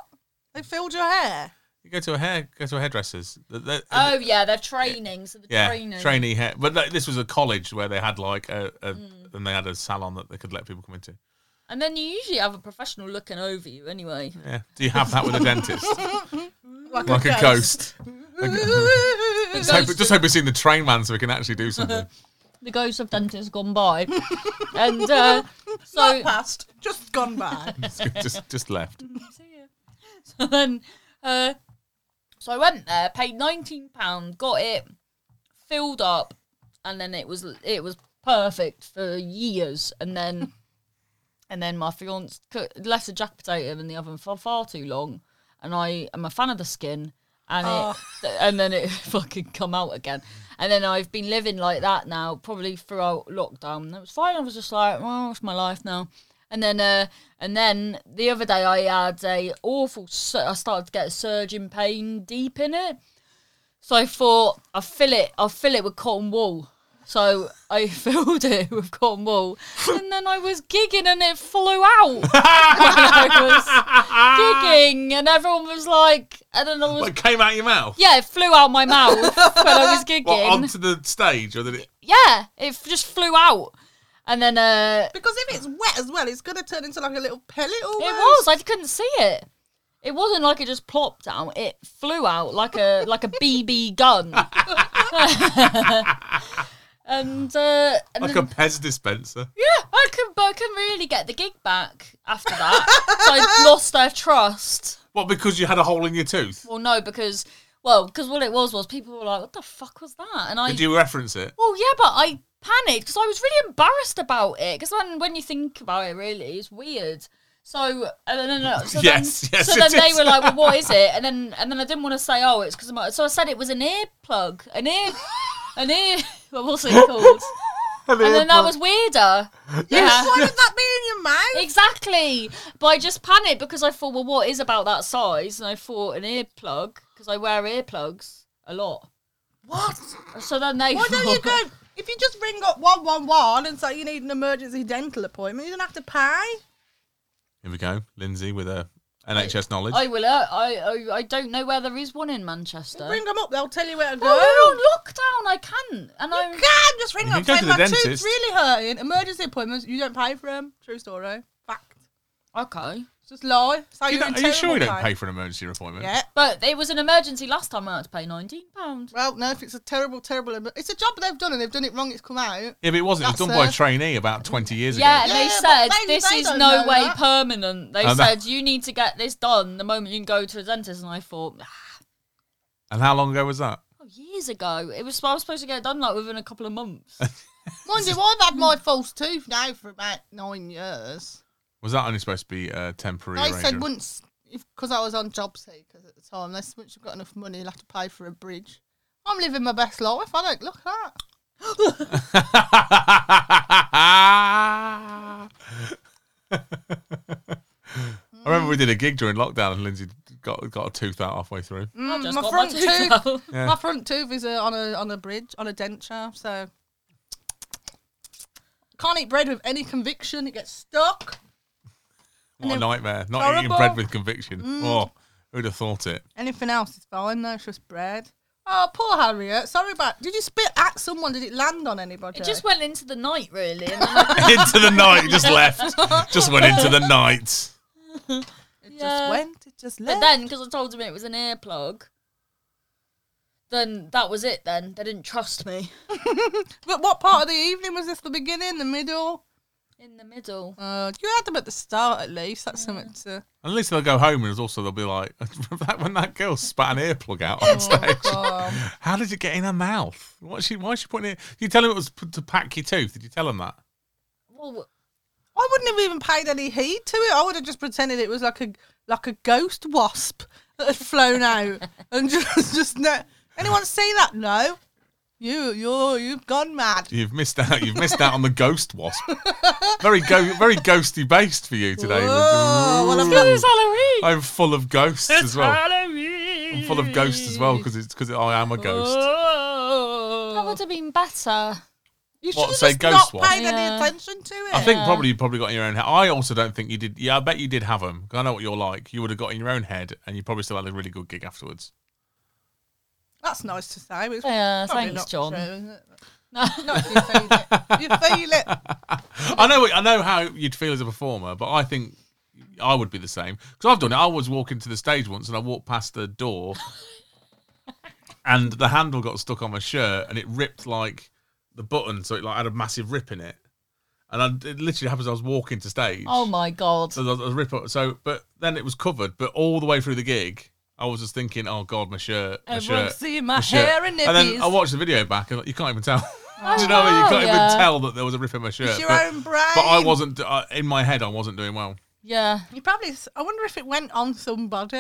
[SPEAKER 5] They filled your hair?
[SPEAKER 3] You go to a hair, go to a hairdresser's. The- the- uh,
[SPEAKER 4] Oh yeah, they're training. So the
[SPEAKER 3] yeah,
[SPEAKER 4] training.
[SPEAKER 3] trainee hair. But like, this was a college where they had like a, a and they had a salon that they could let people come into.
[SPEAKER 4] And then you usually have a professional looking over you anyway.
[SPEAKER 3] Yeah. Do you have that with a [laughs] dentist? like a [laughs] ghost.
[SPEAKER 5] [laughs] ghost.
[SPEAKER 3] Just hope, just hope we've seen the train man so we can actually do [laughs] something.
[SPEAKER 4] The ghost of dentist gone by. [laughs] and uh, so
[SPEAKER 5] Past, just gone by.
[SPEAKER 3] just, just, just left.
[SPEAKER 4] [laughs] so then uh, so I went there, paid nineteen pound, got it filled up, and then it was it was perfect for years. And then and then my fiance cook, left the jack potato in the oven for far too long, and I am a fan of the skin, and it and then it [laughs] fucking come out again. And then I've been living like that now, probably throughout lockdown. And It was fine. I was just like, well, it's my life now. And then, uh, and then the other day I had a awful. sur- I started to get a surge in pain deep in it. So I thought I'll fill it. I'll fill it with cotton wool. So I [laughs] filled it with cotton wool, and then I was gigging, and it flew out. when I was gigging, and everyone was like, I don't know. it was-
[SPEAKER 3] What came out of your mouth?
[SPEAKER 4] yeah, it flew out my mouth when I was gigging.
[SPEAKER 3] What, onto the stage or did it?
[SPEAKER 4] yeah, it f- just flew out, and then uh,
[SPEAKER 5] Because if it's wet as well, it's going to turn into like a little pellet almost.
[SPEAKER 4] It was. I couldn't see it. It wasn't like it just plopped out. It flew out like a like a
[SPEAKER 3] [laughs]
[SPEAKER 4] BB gun. and uh, and
[SPEAKER 3] Like
[SPEAKER 4] then-
[SPEAKER 3] a Pez dispenser.
[SPEAKER 4] yeah, I could but I couldn't really get the gig back after that. so
[SPEAKER 3] [laughs]
[SPEAKER 4] I lost their trust.
[SPEAKER 3] What, because you had a hole in your tooth?
[SPEAKER 4] Well, no, because well, because what it was was people were like, "What the fuck was that?" And I
[SPEAKER 3] Did you reference it?
[SPEAKER 4] Well, yeah, but I panicked because I was really embarrassed about it. Because when, when you think about it, really, it's weird. So, and then, uh,
[SPEAKER 3] [laughs]
[SPEAKER 4] so
[SPEAKER 3] Yes,
[SPEAKER 4] then,
[SPEAKER 3] yes,
[SPEAKER 4] so
[SPEAKER 3] it
[SPEAKER 4] then they
[SPEAKER 3] is.
[SPEAKER 4] were like, "Well, what
[SPEAKER 3] [laughs]
[SPEAKER 4] is it?" And then, and then I didn't want to say, "Oh, it's because my." So I said it was an earplug, an ear, an ear. [laughs] Well, what's it
[SPEAKER 3] [laughs]
[SPEAKER 4] called? And then that was weirder.
[SPEAKER 5] Why
[SPEAKER 4] Yeah,
[SPEAKER 5] did that be in your mouth?
[SPEAKER 4] [laughs] exactly. But I just panicked because I thought, "Well, what is about that size?" And I thought an earplug because I wear earplugs a lot. [laughs]
[SPEAKER 5] What?
[SPEAKER 4] So then they.
[SPEAKER 5] Why don't you
[SPEAKER 4] thought-
[SPEAKER 5] go? If you just ring up 111 and say you need an emergency dental appointment, you don't have to pay.
[SPEAKER 3] Here we go. Lindsay with a NHS knowledge.
[SPEAKER 4] I will. Uh, I, I I don't know where there is one in Manchester.
[SPEAKER 5] Ring them up. They'll tell you where to go.
[SPEAKER 4] Well, we're on lockdown. I can't. And
[SPEAKER 5] You
[SPEAKER 4] I
[SPEAKER 5] can just ring
[SPEAKER 3] You can
[SPEAKER 5] up.
[SPEAKER 3] go
[SPEAKER 5] say,
[SPEAKER 3] to the
[SPEAKER 5] my tooth's
[SPEAKER 3] dentist."
[SPEAKER 5] really hurting. Emergency appointments. You don't pay for them. True story. Fact.
[SPEAKER 4] okay.
[SPEAKER 5] Just lie. Say
[SPEAKER 3] Do you
[SPEAKER 5] you're
[SPEAKER 3] not-
[SPEAKER 5] in
[SPEAKER 3] are you sure you
[SPEAKER 5] terrible
[SPEAKER 3] don't
[SPEAKER 5] pain.
[SPEAKER 3] pay for an emergency appointment?
[SPEAKER 5] Yeah.
[SPEAKER 4] But it was an emergency last time. I had to pay nineteen pounds.
[SPEAKER 5] Well, no, if it's a terrible, terrible, emer- it's a job they've done and they've done it wrong. It's come out.
[SPEAKER 3] Yeah, but it wasn't. it was
[SPEAKER 5] That's
[SPEAKER 3] done by a
[SPEAKER 5] it.
[SPEAKER 3] trainee about 20 years ago.
[SPEAKER 4] Yeah, and they
[SPEAKER 5] Yeah,
[SPEAKER 4] said
[SPEAKER 5] but they-
[SPEAKER 4] this
[SPEAKER 5] they
[SPEAKER 4] is
[SPEAKER 5] don't
[SPEAKER 4] no
[SPEAKER 5] know
[SPEAKER 4] way
[SPEAKER 5] that."
[SPEAKER 4] permanent. They
[SPEAKER 3] And that-
[SPEAKER 4] said you need to get this done the moment you can go to a dentist. And I thought, "Ah,
[SPEAKER 3] And how long ago was that?
[SPEAKER 4] oh, years ago, it was I was supposed to get it done like within a couple of months.
[SPEAKER 5] Mind you, I've
[SPEAKER 4] [laughs]
[SPEAKER 5] had my false tooth now for about nine years.
[SPEAKER 3] Was that only supposed to be a temporary
[SPEAKER 5] They said
[SPEAKER 3] arrangement?
[SPEAKER 5] once, because I was on job seekers at the time, they said once you've got enough money, you'll have to pay for a bridge. I'm living my best life. I don't look at that.
[SPEAKER 3] I remember we did a gig during lockdown and Lindsay got got a tooth out halfway through.
[SPEAKER 4] I Mm, just
[SPEAKER 5] Um, my
[SPEAKER 4] got
[SPEAKER 5] front
[SPEAKER 4] my tooth. [laughs] out.
[SPEAKER 3] Yeah.
[SPEAKER 5] My front tooth is uh, on a on a bridge, on a denture, so can't eat bread with any conviction. It gets stuck.
[SPEAKER 3] What a
[SPEAKER 5] And it-
[SPEAKER 3] nightmare. Not eating
[SPEAKER 5] Horrible.
[SPEAKER 3] bread with conviction. Oh, who'd have thought it? [laughs]
[SPEAKER 5] Anything else is fine though, it's just bread. Oh, poor Harriet. Sorry about. Did you spit at someone? Did it land on anybody?
[SPEAKER 4] It just went into the night really. And [laughs] then I,
[SPEAKER 3] into the night, just left. Just went into the night.
[SPEAKER 5] It
[SPEAKER 4] Yeah.
[SPEAKER 5] just went. It just
[SPEAKER 4] but
[SPEAKER 5] left.
[SPEAKER 4] then because I told him it was an earplug, then that was it. Then they didn't trust me
[SPEAKER 5] But what part of the evening was this? The beginning, the middle?
[SPEAKER 4] in the middle.
[SPEAKER 5] Uh, you had them at the start at least. That's something to.
[SPEAKER 3] And at least they'll go home and also they'll be like, [laughs] when that girl spat an earplug out on stage,
[SPEAKER 5] Um,
[SPEAKER 3] how did it get in her mouth? What's she, why is she putting it? You tell him it was p- to pack your tooth. Did you tell him that?
[SPEAKER 4] Well,
[SPEAKER 5] [laughs] I wouldn't have even paid any heed to it. I would have just pretended it was like a like a ghost wasp [laughs] that had flown out and [laughs] just just no. Anyone see that? No. You you you've gone mad.
[SPEAKER 3] You've missed out. You've missed out on the ghost wasp. Very go, very ghosty based for you today.
[SPEAKER 5] Whoa, well, I've got
[SPEAKER 4] it's Halloween.
[SPEAKER 3] I'm full of ghosts as well.
[SPEAKER 4] Halloween.
[SPEAKER 3] I'm full of ghosts as well because it's because I am a ghost.
[SPEAKER 4] That would have been better.
[SPEAKER 5] You should
[SPEAKER 3] What,
[SPEAKER 5] have
[SPEAKER 3] say
[SPEAKER 5] just
[SPEAKER 3] ghost
[SPEAKER 5] not
[SPEAKER 3] wasp?
[SPEAKER 5] paid
[SPEAKER 4] Yeah.
[SPEAKER 5] any attention to it.
[SPEAKER 3] I think probably you probably got in your own head. I also don't think you did. Yeah, I bet you did have them. I know what you're like. You would have got in your own head, and you probably still had a really good gig afterwards.
[SPEAKER 5] that's nice to say. but it's
[SPEAKER 4] Yeah,
[SPEAKER 5] probably
[SPEAKER 4] thanks,
[SPEAKER 5] not
[SPEAKER 4] John.
[SPEAKER 5] true,
[SPEAKER 4] [laughs]
[SPEAKER 5] is it? Not if you feel it. You feel it.
[SPEAKER 3] I know. I know how you'd feel as a performer, but I think I would be the same because I've done it. I was walking to the stage once, and I walked past the door, and the handle got stuck on my shirt, and it ripped like the button, so it like had a massive rip in it, and I, it literally happened as I was walking to stage.
[SPEAKER 4] Oh my god.
[SPEAKER 3] So there was a rip up. So, but then it was covered. But all the way through the gig, I was just thinking, "Oh God, my shirt, my
[SPEAKER 5] Everyone's
[SPEAKER 3] shirt,
[SPEAKER 5] seeing my
[SPEAKER 3] shirt."
[SPEAKER 5] hair and
[SPEAKER 3] And then
[SPEAKER 5] nippies. Oh,
[SPEAKER 3] I watched the video back, and you can't even tell. [laughs] Do you know? what I mean? You can't
[SPEAKER 4] yeah.
[SPEAKER 3] even tell that there was a rip in my shirt.
[SPEAKER 5] It's your
[SPEAKER 3] but,
[SPEAKER 5] own brain.
[SPEAKER 3] but I wasn't uh, in my head. I wasn't doing well.
[SPEAKER 4] Yeah.
[SPEAKER 5] You probably. s- I wonder if it went on somebody.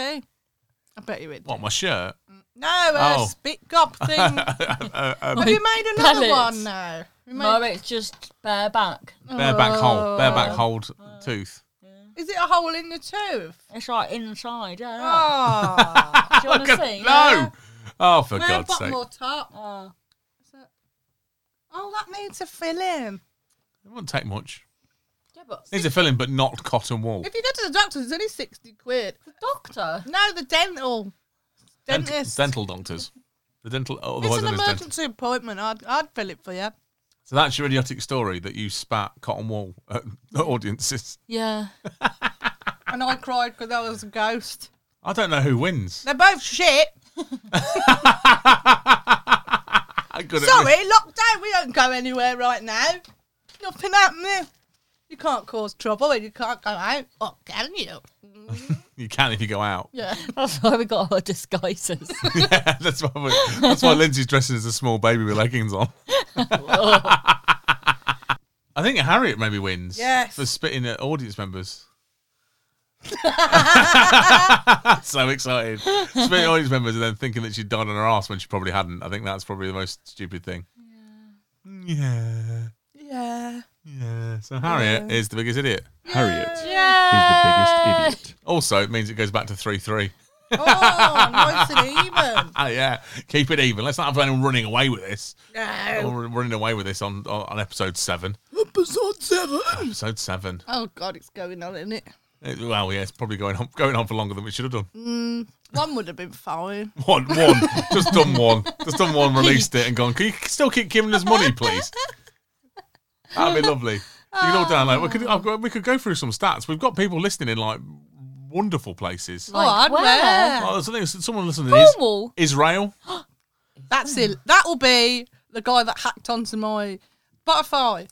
[SPEAKER 5] I bet you it. Did.
[SPEAKER 3] What my shirt? [laughs]
[SPEAKER 5] No, a
[SPEAKER 3] Oh.
[SPEAKER 5] spit
[SPEAKER 3] [laughs]
[SPEAKER 5] gob thing. Have you made another
[SPEAKER 4] pellets.
[SPEAKER 5] one now? You made-
[SPEAKER 4] No, it's just bareback.
[SPEAKER 3] Bareback
[SPEAKER 5] Oh.
[SPEAKER 3] hold, bareback hold
[SPEAKER 5] [laughs]
[SPEAKER 3] tooth.
[SPEAKER 5] Is it a hole in the tooth?
[SPEAKER 4] It's like inside. Yeah.
[SPEAKER 3] [laughs]
[SPEAKER 5] Oh,
[SPEAKER 3] Ah,
[SPEAKER 4] Do you want to see?
[SPEAKER 3] No. Oh, for
[SPEAKER 5] I've
[SPEAKER 3] God's
[SPEAKER 5] got
[SPEAKER 3] sake!
[SPEAKER 5] more top.
[SPEAKER 4] Oh.
[SPEAKER 5] Oh, that needs a fill in.
[SPEAKER 3] It wouldn't take much.
[SPEAKER 4] yeah, but
[SPEAKER 3] Needs a filling, but not cotton wool.
[SPEAKER 5] If you go to the doctor, it's only sixty quid.
[SPEAKER 4] the doctor.
[SPEAKER 5] No, the dental
[SPEAKER 3] Dent-
[SPEAKER 5] dentist.
[SPEAKER 3] dental doctors. The dental.
[SPEAKER 5] It's
[SPEAKER 3] Otherwise, known as
[SPEAKER 5] an
[SPEAKER 3] dental.
[SPEAKER 5] emergency appointment. I'd, I'd fill it for you.
[SPEAKER 3] So that's your idiotic story that you spat cotton wool at [laughs] audiences.
[SPEAKER 4] Yeah.
[SPEAKER 5] And I cried because I was a ghost.
[SPEAKER 3] I don't know who wins.
[SPEAKER 5] They're both shit.
[SPEAKER 3] I could
[SPEAKER 5] Sorry, lockdown. We don't go anywhere right now. Nothing happening. You can't cause trouble and you can't go out. Oh, can you?
[SPEAKER 3] You can if you go out.
[SPEAKER 4] Yeah. [laughs] That's why we got our disguises.
[SPEAKER 3] Yeah, [laughs] that's why. we- that's why Lindsay's dressing as a small baby with leggings on. [laughs] I think Harriet maybe wins.
[SPEAKER 5] Yes.
[SPEAKER 3] For spitting at audience [laughs] members. so excited. Spitting at audience members and then thinking that she'd died on her ass when she probably hadn't. I think that's probably the most stupid thing. Yeah.
[SPEAKER 5] Yeah.
[SPEAKER 3] Yeah. So Harriet is the biggest idiot.
[SPEAKER 1] Harriet
[SPEAKER 4] [laughs] yeah.
[SPEAKER 1] is the biggest idiot.
[SPEAKER 3] Also, it means it goes back to 3 [laughs] 3.
[SPEAKER 5] Oh, nice and even.
[SPEAKER 3] Ah, yeah. Keep it even. Let's not have anyone running away with this.
[SPEAKER 5] No.
[SPEAKER 3] Or running away with this on, on, on episode 7.
[SPEAKER 5] Oh, Episode 7.
[SPEAKER 3] Episode 7.
[SPEAKER 5] Oh, God, it's going on, isn't it?
[SPEAKER 3] It- well, yeah, it's probably going on going on for longer than we should have done.
[SPEAKER 5] One would have been fine.
[SPEAKER 3] One, one, just done one, just done one. Released it and gone. Can you still keep giving us money, please? That'd be lovely. You can all down like we could. I've got, we could go through some stats. We've got people listening in like wonderful places.
[SPEAKER 4] Like,
[SPEAKER 5] oh, I'd
[SPEAKER 4] where?
[SPEAKER 5] wear.
[SPEAKER 3] Oh, something. Someone listening in is-
[SPEAKER 4] Cornwall.
[SPEAKER 3] Israel.
[SPEAKER 5] That's it. That will be the guy that hacked onto my Spotify.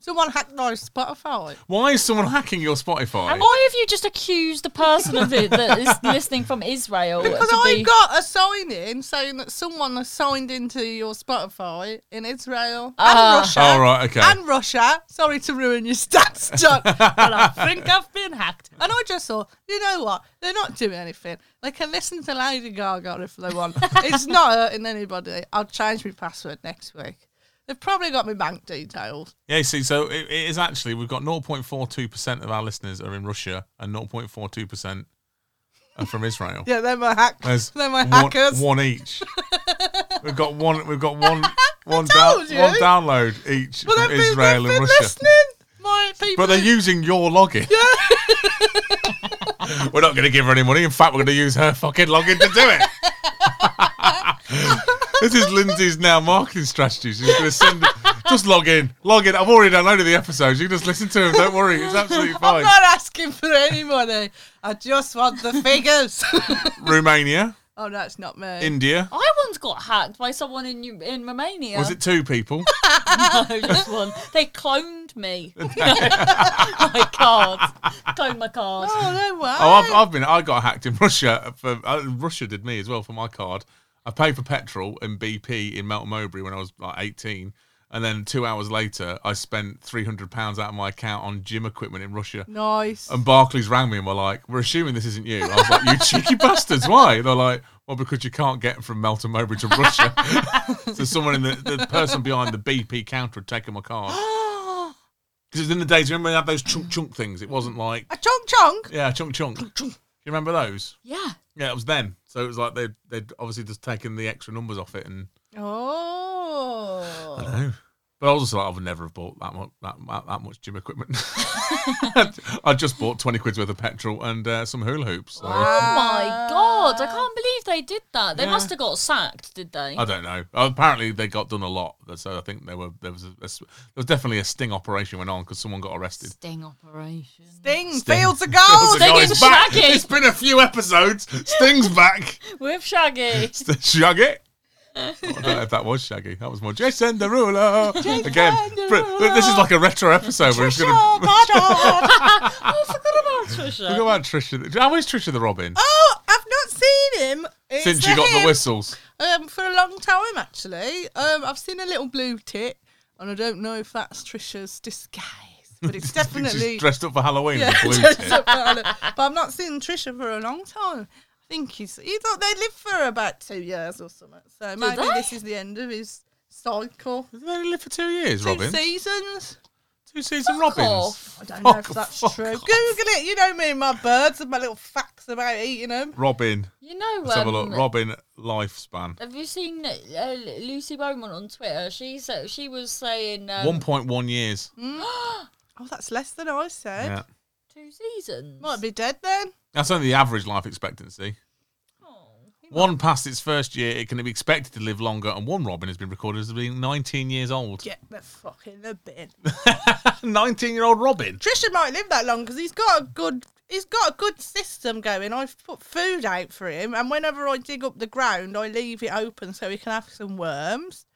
[SPEAKER 5] Someone hacked my Spotify.
[SPEAKER 3] Why is someone hacking your Spotify?
[SPEAKER 4] And why have you just accused the person of it that
[SPEAKER 3] [laughs]
[SPEAKER 4] is listening from Israel?
[SPEAKER 5] Because
[SPEAKER 4] to
[SPEAKER 5] I
[SPEAKER 4] be-
[SPEAKER 5] got a sign in saying that someone has signed into your Spotify in Israel
[SPEAKER 4] Ah.
[SPEAKER 5] and Russia.
[SPEAKER 3] Oh, right, okay.
[SPEAKER 5] And Russia. Sorry to ruin your [laughs] stats,
[SPEAKER 3] [laughs]
[SPEAKER 5] John. and
[SPEAKER 4] but [laughs] I think I've been hacked.
[SPEAKER 5] I just thought, you know what? They're not doing anything. They can listen to Lady Gaga if
[SPEAKER 4] [laughs]
[SPEAKER 5] they want. it's not hurting anybody. I'll change my password next week. They've probably got my bank details.
[SPEAKER 3] Yeah, see, so it, it is actually we've got 0.42% of our listeners are in Russia and 0.42% are from Israel.
[SPEAKER 5] Yeah, they're my hack.
[SPEAKER 3] There's
[SPEAKER 5] They're my
[SPEAKER 3] one,
[SPEAKER 5] hackers.
[SPEAKER 3] one
[SPEAKER 5] [laughs]
[SPEAKER 3] each. we've got one. We've got one. One, down,
[SPEAKER 5] told you.
[SPEAKER 3] one download each
[SPEAKER 5] Well,
[SPEAKER 3] from
[SPEAKER 5] they've been,
[SPEAKER 3] Israel and
[SPEAKER 5] they've been
[SPEAKER 3] Russia.
[SPEAKER 5] listening. My people.
[SPEAKER 3] But they're using your login. [laughs]
[SPEAKER 5] [laughs]
[SPEAKER 3] we're not going to give her any money. In fact, we're going to use her fucking login to do
[SPEAKER 5] [laughs]
[SPEAKER 3] it. this is Lindsay's now marketing strategy. She's going to send. Just log in. Log in. I've already downloaded the episodes. You can just listen to them. Don't worry. It's absolutely
[SPEAKER 5] [laughs] I'm
[SPEAKER 3] fine.
[SPEAKER 5] not asking for any money. I just want the
[SPEAKER 3] [laughs]
[SPEAKER 5] figures.
[SPEAKER 3] Romania,
[SPEAKER 5] oh, no, it's not me.
[SPEAKER 3] India.
[SPEAKER 4] I once got hacked by someone in U- in Romania. [laughs]
[SPEAKER 3] Was it two people?
[SPEAKER 4] No, just one. They
[SPEAKER 3] [laughs]
[SPEAKER 4] cloned me. [laughs] my card. Cloned my card.
[SPEAKER 5] oh, no way.
[SPEAKER 3] Oh, I've, I've been. I got hacked in [laughs] Russia. For uh, Russia did me as well for my card. I paid for petrol and BP in Mount Mowbray when I was like 18, and then two hours later, I spent 300 pounds out of my account on gym equipment in Russia.
[SPEAKER 5] nice.
[SPEAKER 3] And Barclays rang me and were like, "We're assuming this isn't you." I was like, "You cheeky bastards! Why?" They're like, "Well, because you can't get from Melton Mowbray to Russia." so someone in the, the person behind the BP counter had taken my card. Because it was in the days. Remember, they had those chunk chunk things. It wasn't like
[SPEAKER 5] a chunk chunk.
[SPEAKER 3] yeah, chunk chunk. You remember those?
[SPEAKER 4] Yeah.
[SPEAKER 3] Yeah, it was them. So it was like they'd, they'd obviously just taken the extra numbers off it, and
[SPEAKER 5] Oh.
[SPEAKER 3] know. But I was just like, I would never have bought that much that, that, that much gym equipment. [laughs] I just bought twenty quid's worth of petrol and uh, some hula hoops. So.
[SPEAKER 4] Oh my god. I can't believe they did that. They
[SPEAKER 3] Yeah.
[SPEAKER 4] must have got sacked, did they?
[SPEAKER 3] I don't know. Apparently, they got done a lot, so I think there were there was a, a s- there was definitely a sting operation went on because someone got arrested.
[SPEAKER 4] Sting operation.
[SPEAKER 5] Sting,
[SPEAKER 3] Sting. [laughs]
[SPEAKER 5] fields of
[SPEAKER 3] The
[SPEAKER 5] gold.
[SPEAKER 4] Sting
[SPEAKER 3] guy's
[SPEAKER 4] and
[SPEAKER 3] back.
[SPEAKER 4] Shaggy.
[SPEAKER 3] It's been Oh, a few episodes. Sting's back. [laughs]
[SPEAKER 4] With Shaggy.
[SPEAKER 3] Shaggy.
[SPEAKER 5] [laughs]
[SPEAKER 3] I don't know if that was Shaggy. That was more Jason Derulo. Again, Br- this is like a retro episode. We're just gonna
[SPEAKER 5] Oh,
[SPEAKER 3] [laughs]
[SPEAKER 5] God.
[SPEAKER 4] I forgot about
[SPEAKER 3] talk
[SPEAKER 4] Trisha.
[SPEAKER 3] about Trisha. the- How is Trisha the Robin?
[SPEAKER 5] oh, I've not seen him. It's
[SPEAKER 3] Since you got the
[SPEAKER 5] him,
[SPEAKER 3] whistles,
[SPEAKER 5] Um, for a long time, actually. Um, I've seen a little blue tit, and I don't know if that's Trisha's disguise,
[SPEAKER 3] [laughs]
[SPEAKER 5] but it's definitely.
[SPEAKER 3] she's dressed up for Halloween. [laughs]
[SPEAKER 5] Yeah,
[SPEAKER 3] with
[SPEAKER 5] [laughs]
[SPEAKER 3] a blue
[SPEAKER 5] just
[SPEAKER 3] tit.
[SPEAKER 5] so proud of- but I've not seen Trisha for a long time. I think he's. He thought they lived for about two years or something. So maybe
[SPEAKER 4] they?
[SPEAKER 5] this is the end of his cycle.
[SPEAKER 3] Did they only live for two years,
[SPEAKER 5] Two
[SPEAKER 3] Robin?
[SPEAKER 5] seasons.
[SPEAKER 3] Two season
[SPEAKER 4] Fuck
[SPEAKER 3] Robins.
[SPEAKER 4] off.
[SPEAKER 5] I don't know
[SPEAKER 3] Fuck
[SPEAKER 5] if that's
[SPEAKER 3] off.
[SPEAKER 5] true. Google it. You know me and my birds and my little facts about eating them.
[SPEAKER 3] Robin.
[SPEAKER 4] You know
[SPEAKER 3] Let's have a look.
[SPEAKER 4] um,
[SPEAKER 3] Robin lifespan.
[SPEAKER 4] Have you seen uh, Lucy Beaumont on Twitter? She said she was saying um,
[SPEAKER 3] One point one years.
[SPEAKER 5] mm, Oh, that's less than I said.
[SPEAKER 3] Yeah.
[SPEAKER 4] two seasons.
[SPEAKER 5] Might be dead then.
[SPEAKER 3] That's only the average life expectancy.
[SPEAKER 4] [laughs] Oh.
[SPEAKER 3] One past its first year, it can be expected to live longer, and one Robin has been recorded as being 19 years old.
[SPEAKER 5] Get the fuck in the bin.
[SPEAKER 3] 19 year old Robin.
[SPEAKER 5] Trisha might live that long because he's got a good. He's got a good system going. I've put food out for him, and whenever I dig up the ground, I leave it open so he can have some worms.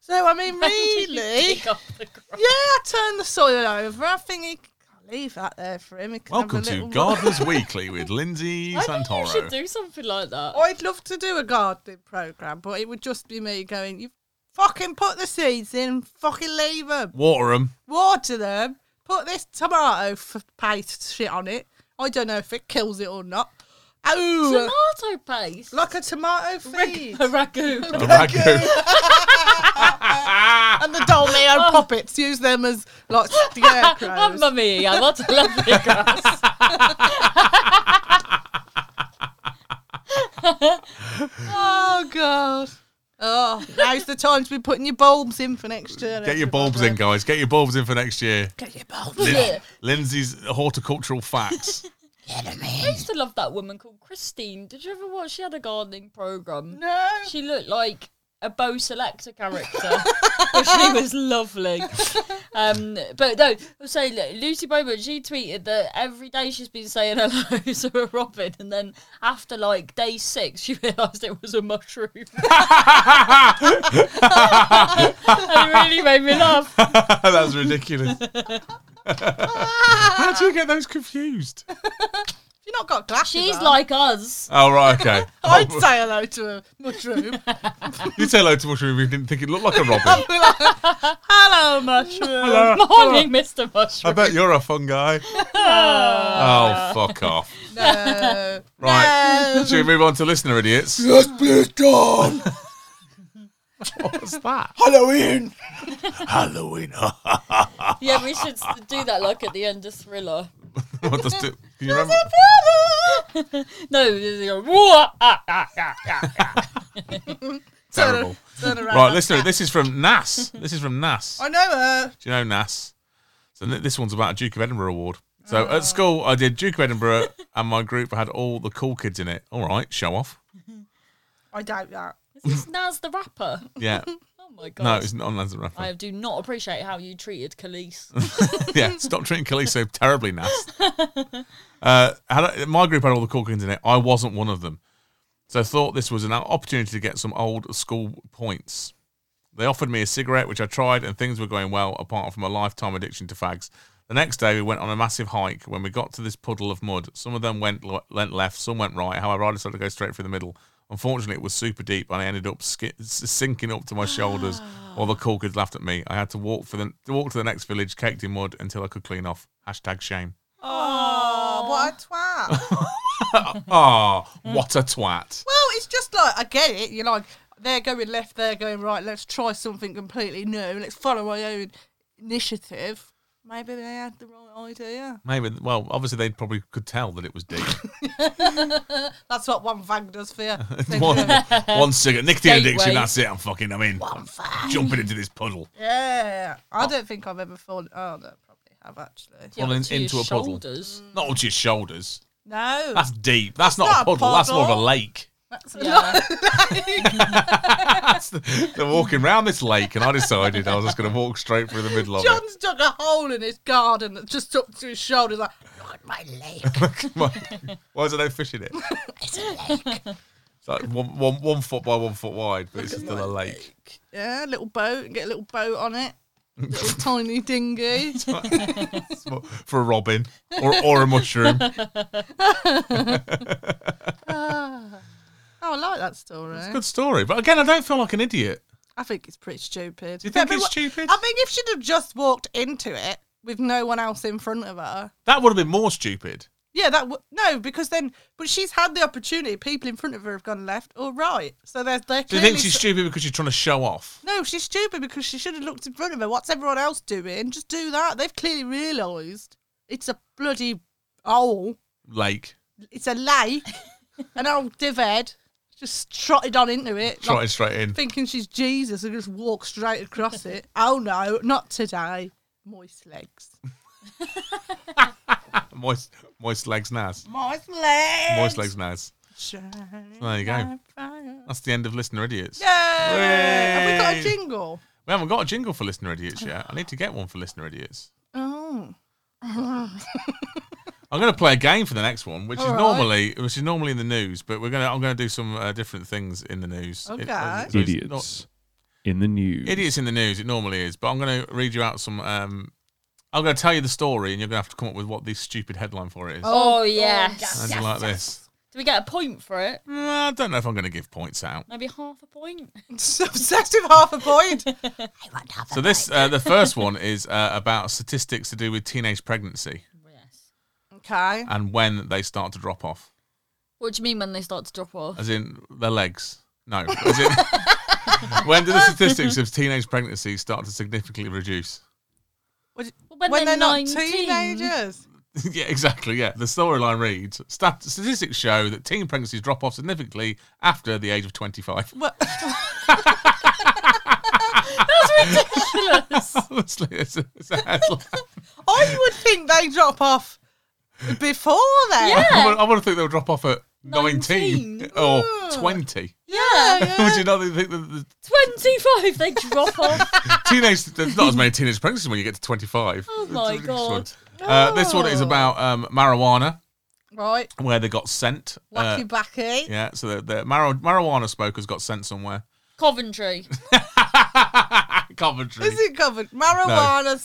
[SPEAKER 5] So
[SPEAKER 4] [laughs]
[SPEAKER 5] I mean, really,
[SPEAKER 4] Dig up the ground.
[SPEAKER 5] yeah. I turn the soil over. I think he can leave that there for him. He can have a
[SPEAKER 3] Welcome to
[SPEAKER 5] little-
[SPEAKER 3] Gardeners Weekly with Lindsay
[SPEAKER 4] I think you should
[SPEAKER 3] Santoro.
[SPEAKER 4] do something like that.
[SPEAKER 5] I'd love to do a gardening program, but it would just be me going. You fucking put the seeds in. Fucking leave them.
[SPEAKER 3] Water 'em.
[SPEAKER 5] water them, put this tomato f- paste shit on it. I don't know if it kills it or not. Oh,
[SPEAKER 4] Tomato paste. [laughs]
[SPEAKER 5] like a tomato feed.
[SPEAKER 4] a [laughs] ragu.
[SPEAKER 3] A ragu.
[SPEAKER 5] And the Dolmio puppets use them as like
[SPEAKER 4] And
[SPEAKER 5] scarecrows.
[SPEAKER 4] Mamma mia, what a [laughs] lovely grass.
[SPEAKER 5] oh god.
[SPEAKER 4] Oh,
[SPEAKER 5] Now's the time to be putting your bulbs in for next year.
[SPEAKER 3] [laughs] Get your bulbs in, guys. Get your bulbs in for next year.
[SPEAKER 5] Get your bulbs.
[SPEAKER 4] yeah.
[SPEAKER 3] Lindsay's horticultural facts. [laughs]
[SPEAKER 4] I used to love that woman called Christine. Did you ever watch? She had a gardening program.
[SPEAKER 5] No.
[SPEAKER 4] She looked like a Bo Selector character, [laughs] but she was lovely. Um, but no, I'll say look, Lucy Bowman. She tweeted that every day she's been saying hello [laughs] to a robin, and then after like day six, she [laughs] realised it was a mushroom. [laughs] and it really made me laugh.
[SPEAKER 3] That's ridiculous. How do you get those confused?
[SPEAKER 5] You've not got glasses.
[SPEAKER 4] She's
[SPEAKER 5] on.
[SPEAKER 4] like us. [laughs]
[SPEAKER 3] Oh right, okay.
[SPEAKER 5] I'd say hello to a mushroom. [laughs]
[SPEAKER 3] You'd say hello to mushroom if you didn't think it looked like a robin.
[SPEAKER 5] hello,
[SPEAKER 3] [laughs]
[SPEAKER 5] mushroom.
[SPEAKER 4] Morning, Mr.
[SPEAKER 3] I
[SPEAKER 4] Mushroom.
[SPEAKER 3] bet you're a fun guy. oh fuck off.
[SPEAKER 5] No.
[SPEAKER 3] Right.
[SPEAKER 5] No.
[SPEAKER 3] Should we move on to listener idiots? Yes, please, [laughs] John. What's that? Halloween. Halloween.
[SPEAKER 4] Yeah, we should s- do that like at the end of Thriller.
[SPEAKER 3] [laughs] what does it? Can you remember?
[SPEAKER 4] No, they go, "Whoa, ah, ah, ah, ah, ah."
[SPEAKER 3] Terrible.
[SPEAKER 5] Turn around.
[SPEAKER 3] Right, listener. This is from Nas. This is from Nas.
[SPEAKER 5] I know her.
[SPEAKER 3] Do you know Nas? So th- this one's about a Duke of Edinburgh award. So at school, I did Duke of Edinburgh, and my group had all the cool kids in it. All right, show off.
[SPEAKER 5] I doubt that.
[SPEAKER 4] Is this Nas the rapper?
[SPEAKER 3] Yeah.
[SPEAKER 4] Oh my god.
[SPEAKER 3] No, it's not on Lands and Raphael.
[SPEAKER 4] I do not appreciate how you treated
[SPEAKER 3] [laughs]
[SPEAKER 4] Khalees.
[SPEAKER 3] yeah, stop treating Khalees so terribly, Nas. Uh, had I- my group had all the cool kids in it. I wasn't one of them. So I thought this was an opportunity to get some old school points. They offered me a cigarette, which I tried, and things were going well, apart from a lifetime addiction to fags. The next day, we went on a massive hike. When we got to this puddle of mud, some of them went, le- went left, some went right. However, I decided to go straight through the middle. Unfortunately, it was super deep, and I ended up ski- s- sinking up to my shoulders. All the cool kids laughed at me. I had to walk for the walk to the next village, caked in mud, until I could clean off. Hashtag shame.
[SPEAKER 5] Oh, what a twat.
[SPEAKER 3] [laughs] Ah, what a twat!
[SPEAKER 5] Well, it's just like I get it. You're like they're going left, they're going right. Let's try something completely new. Let's follow our own initiative. Maybe they had the right idea.
[SPEAKER 3] Maybe. Well, obviously, they probably could tell that it was deep.
[SPEAKER 5] That's what one fag does
[SPEAKER 3] [laughs]
[SPEAKER 5] for you. They
[SPEAKER 3] one,
[SPEAKER 5] do.
[SPEAKER 3] one cigarette, nicotine
[SPEAKER 4] Gateway.
[SPEAKER 3] addiction. That's it. I'm fucking. I'm in. I'm jumping into this puddle.
[SPEAKER 5] yeah,
[SPEAKER 3] Oh.
[SPEAKER 5] I don't think I've ever fallen. Oh no, probably have actually.
[SPEAKER 4] Yeah,
[SPEAKER 3] Well, in-
[SPEAKER 4] to your
[SPEAKER 3] into a puddle.
[SPEAKER 4] shoulders.
[SPEAKER 3] Not onto your shoulders.
[SPEAKER 5] No,
[SPEAKER 3] That's deep. That's not,
[SPEAKER 5] not
[SPEAKER 3] a
[SPEAKER 5] a
[SPEAKER 3] puddle. That's more of a
[SPEAKER 5] puddle.
[SPEAKER 3] lake.
[SPEAKER 5] that's
[SPEAKER 4] Mm. Yeah.
[SPEAKER 3] That's the, they're walking round this lake, and I decided I was just going to walk straight through the middle of [laughs]
[SPEAKER 5] John's dug a hole in his garden that's just up to his shoulders. Like, look at my leg.
[SPEAKER 3] [laughs] it. Why is there no fish in it? It's like one, one, one foot by one foot wide, but it's still a lake.
[SPEAKER 5] yeah, little boat. Get a little boat on it.
[SPEAKER 3] [laughs]
[SPEAKER 5] Little tiny dinghy.
[SPEAKER 3] It's more For a robin or, or a mushroom.
[SPEAKER 5] Oh, I like that story.
[SPEAKER 3] Good story. But again, I don't feel like an idiot.
[SPEAKER 5] I think it's pretty stupid.
[SPEAKER 3] Do you think
[SPEAKER 5] But
[SPEAKER 3] it's
[SPEAKER 5] what-
[SPEAKER 3] stupid?
[SPEAKER 5] I think if she'd have just walked into it with no one else in front of her.
[SPEAKER 3] That would have been more stupid.
[SPEAKER 5] Yeah, that w- no, because then, but she's had the opportunity. People in front of her have gone left or right, so they're they're
[SPEAKER 3] Do you
[SPEAKER 5] clearly.
[SPEAKER 3] think she's
[SPEAKER 5] s-
[SPEAKER 3] stupid because she's trying to show off?
[SPEAKER 5] no, she's stupid because she should have looked in front of her. What's everyone else doing? Just do that. They've clearly realised it's a bloody hole.
[SPEAKER 3] Lake.
[SPEAKER 5] It's
[SPEAKER 3] [laughs]
[SPEAKER 5] a lake, an old divhead. Just trotted on into it. like,
[SPEAKER 3] Trotting straight
[SPEAKER 5] [laughs]
[SPEAKER 3] in.
[SPEAKER 5] thinking she's Jesus and just walk straight across it. Oh no, not today. Moist legs.
[SPEAKER 3] Moist, moist legs, Naz.
[SPEAKER 5] Moist legs.
[SPEAKER 3] Moist legs, Naz. There you go. That's the end of Listener Idiots.
[SPEAKER 5] Yay! Have we got
[SPEAKER 3] Yay.
[SPEAKER 5] a jingle? [laughs]
[SPEAKER 3] We haven't got a jingle for Listener Idiots yet. I need to get one for Listener Idiots.
[SPEAKER 5] Oh. [laughs]
[SPEAKER 3] I'm going to play a game for the next one, which is
[SPEAKER 5] All right.
[SPEAKER 3] normally which is normally in the news, but we're going to I'm going to do some uh, different things in the news.
[SPEAKER 5] Okay.
[SPEAKER 3] so it's
[SPEAKER 1] Idiots
[SPEAKER 3] not-
[SPEAKER 1] in the news.
[SPEAKER 3] idiots in the news. It normally is, but I'm going to read you out some. Um, I'm going to tell you the story, and you're going to have to come up with what the stupid headline for it is.
[SPEAKER 4] [laughs] Oh, yes.
[SPEAKER 3] Something like this.
[SPEAKER 4] Do we get a point for it?
[SPEAKER 3] Mm, I don't know if I'm going to give points out.
[SPEAKER 4] Maybe half a [laughs] point.
[SPEAKER 5] So obsessed with half a point.
[SPEAKER 3] So this uh, the first one is uh, about statistics to do with teenage pregnancy
[SPEAKER 4] Yes.
[SPEAKER 5] okay.
[SPEAKER 3] and when they start to drop off.
[SPEAKER 4] What do you mean when they start to drop off?
[SPEAKER 3] As in their legs? No. As in, [laughs] when do the statistics of teenage pregnancies start to significantly reduce? [laughs]
[SPEAKER 5] When,
[SPEAKER 4] when
[SPEAKER 5] they're,
[SPEAKER 4] they're
[SPEAKER 5] not
[SPEAKER 4] 19.
[SPEAKER 5] teenagers.
[SPEAKER 3] yeah, exactly. Yeah. The storyline reads Stat- Statistics show that teen pregnancies drop off significantly after the age of 25.
[SPEAKER 5] What? [laughs]
[SPEAKER 4] ridiculous.
[SPEAKER 3] [laughs] Honestly, it's a, it's a headline.
[SPEAKER 5] I would think they drop off before then.
[SPEAKER 4] Yeah.
[SPEAKER 3] [laughs] I, want, I want to think they'll drop off at 19,
[SPEAKER 5] 19.
[SPEAKER 3] or
[SPEAKER 5] Ooh.
[SPEAKER 3] 20.
[SPEAKER 4] yeah.
[SPEAKER 3] Would you not think that the
[SPEAKER 4] 25, they drop off.
[SPEAKER 3] teenage, there's not as many teenage pregnancies when you get to 25.
[SPEAKER 4] Oh my
[SPEAKER 3] This one.
[SPEAKER 4] God.
[SPEAKER 3] Uh, this one is about um, marijuana,
[SPEAKER 5] Right.
[SPEAKER 3] where they got sent. Uh,
[SPEAKER 5] Wacky backy.
[SPEAKER 3] yeah, so the, the mar- marijuana smokers got sent somewhere.
[SPEAKER 4] Coventry.
[SPEAKER 3] Coventry.
[SPEAKER 5] Is it covered? Marijuana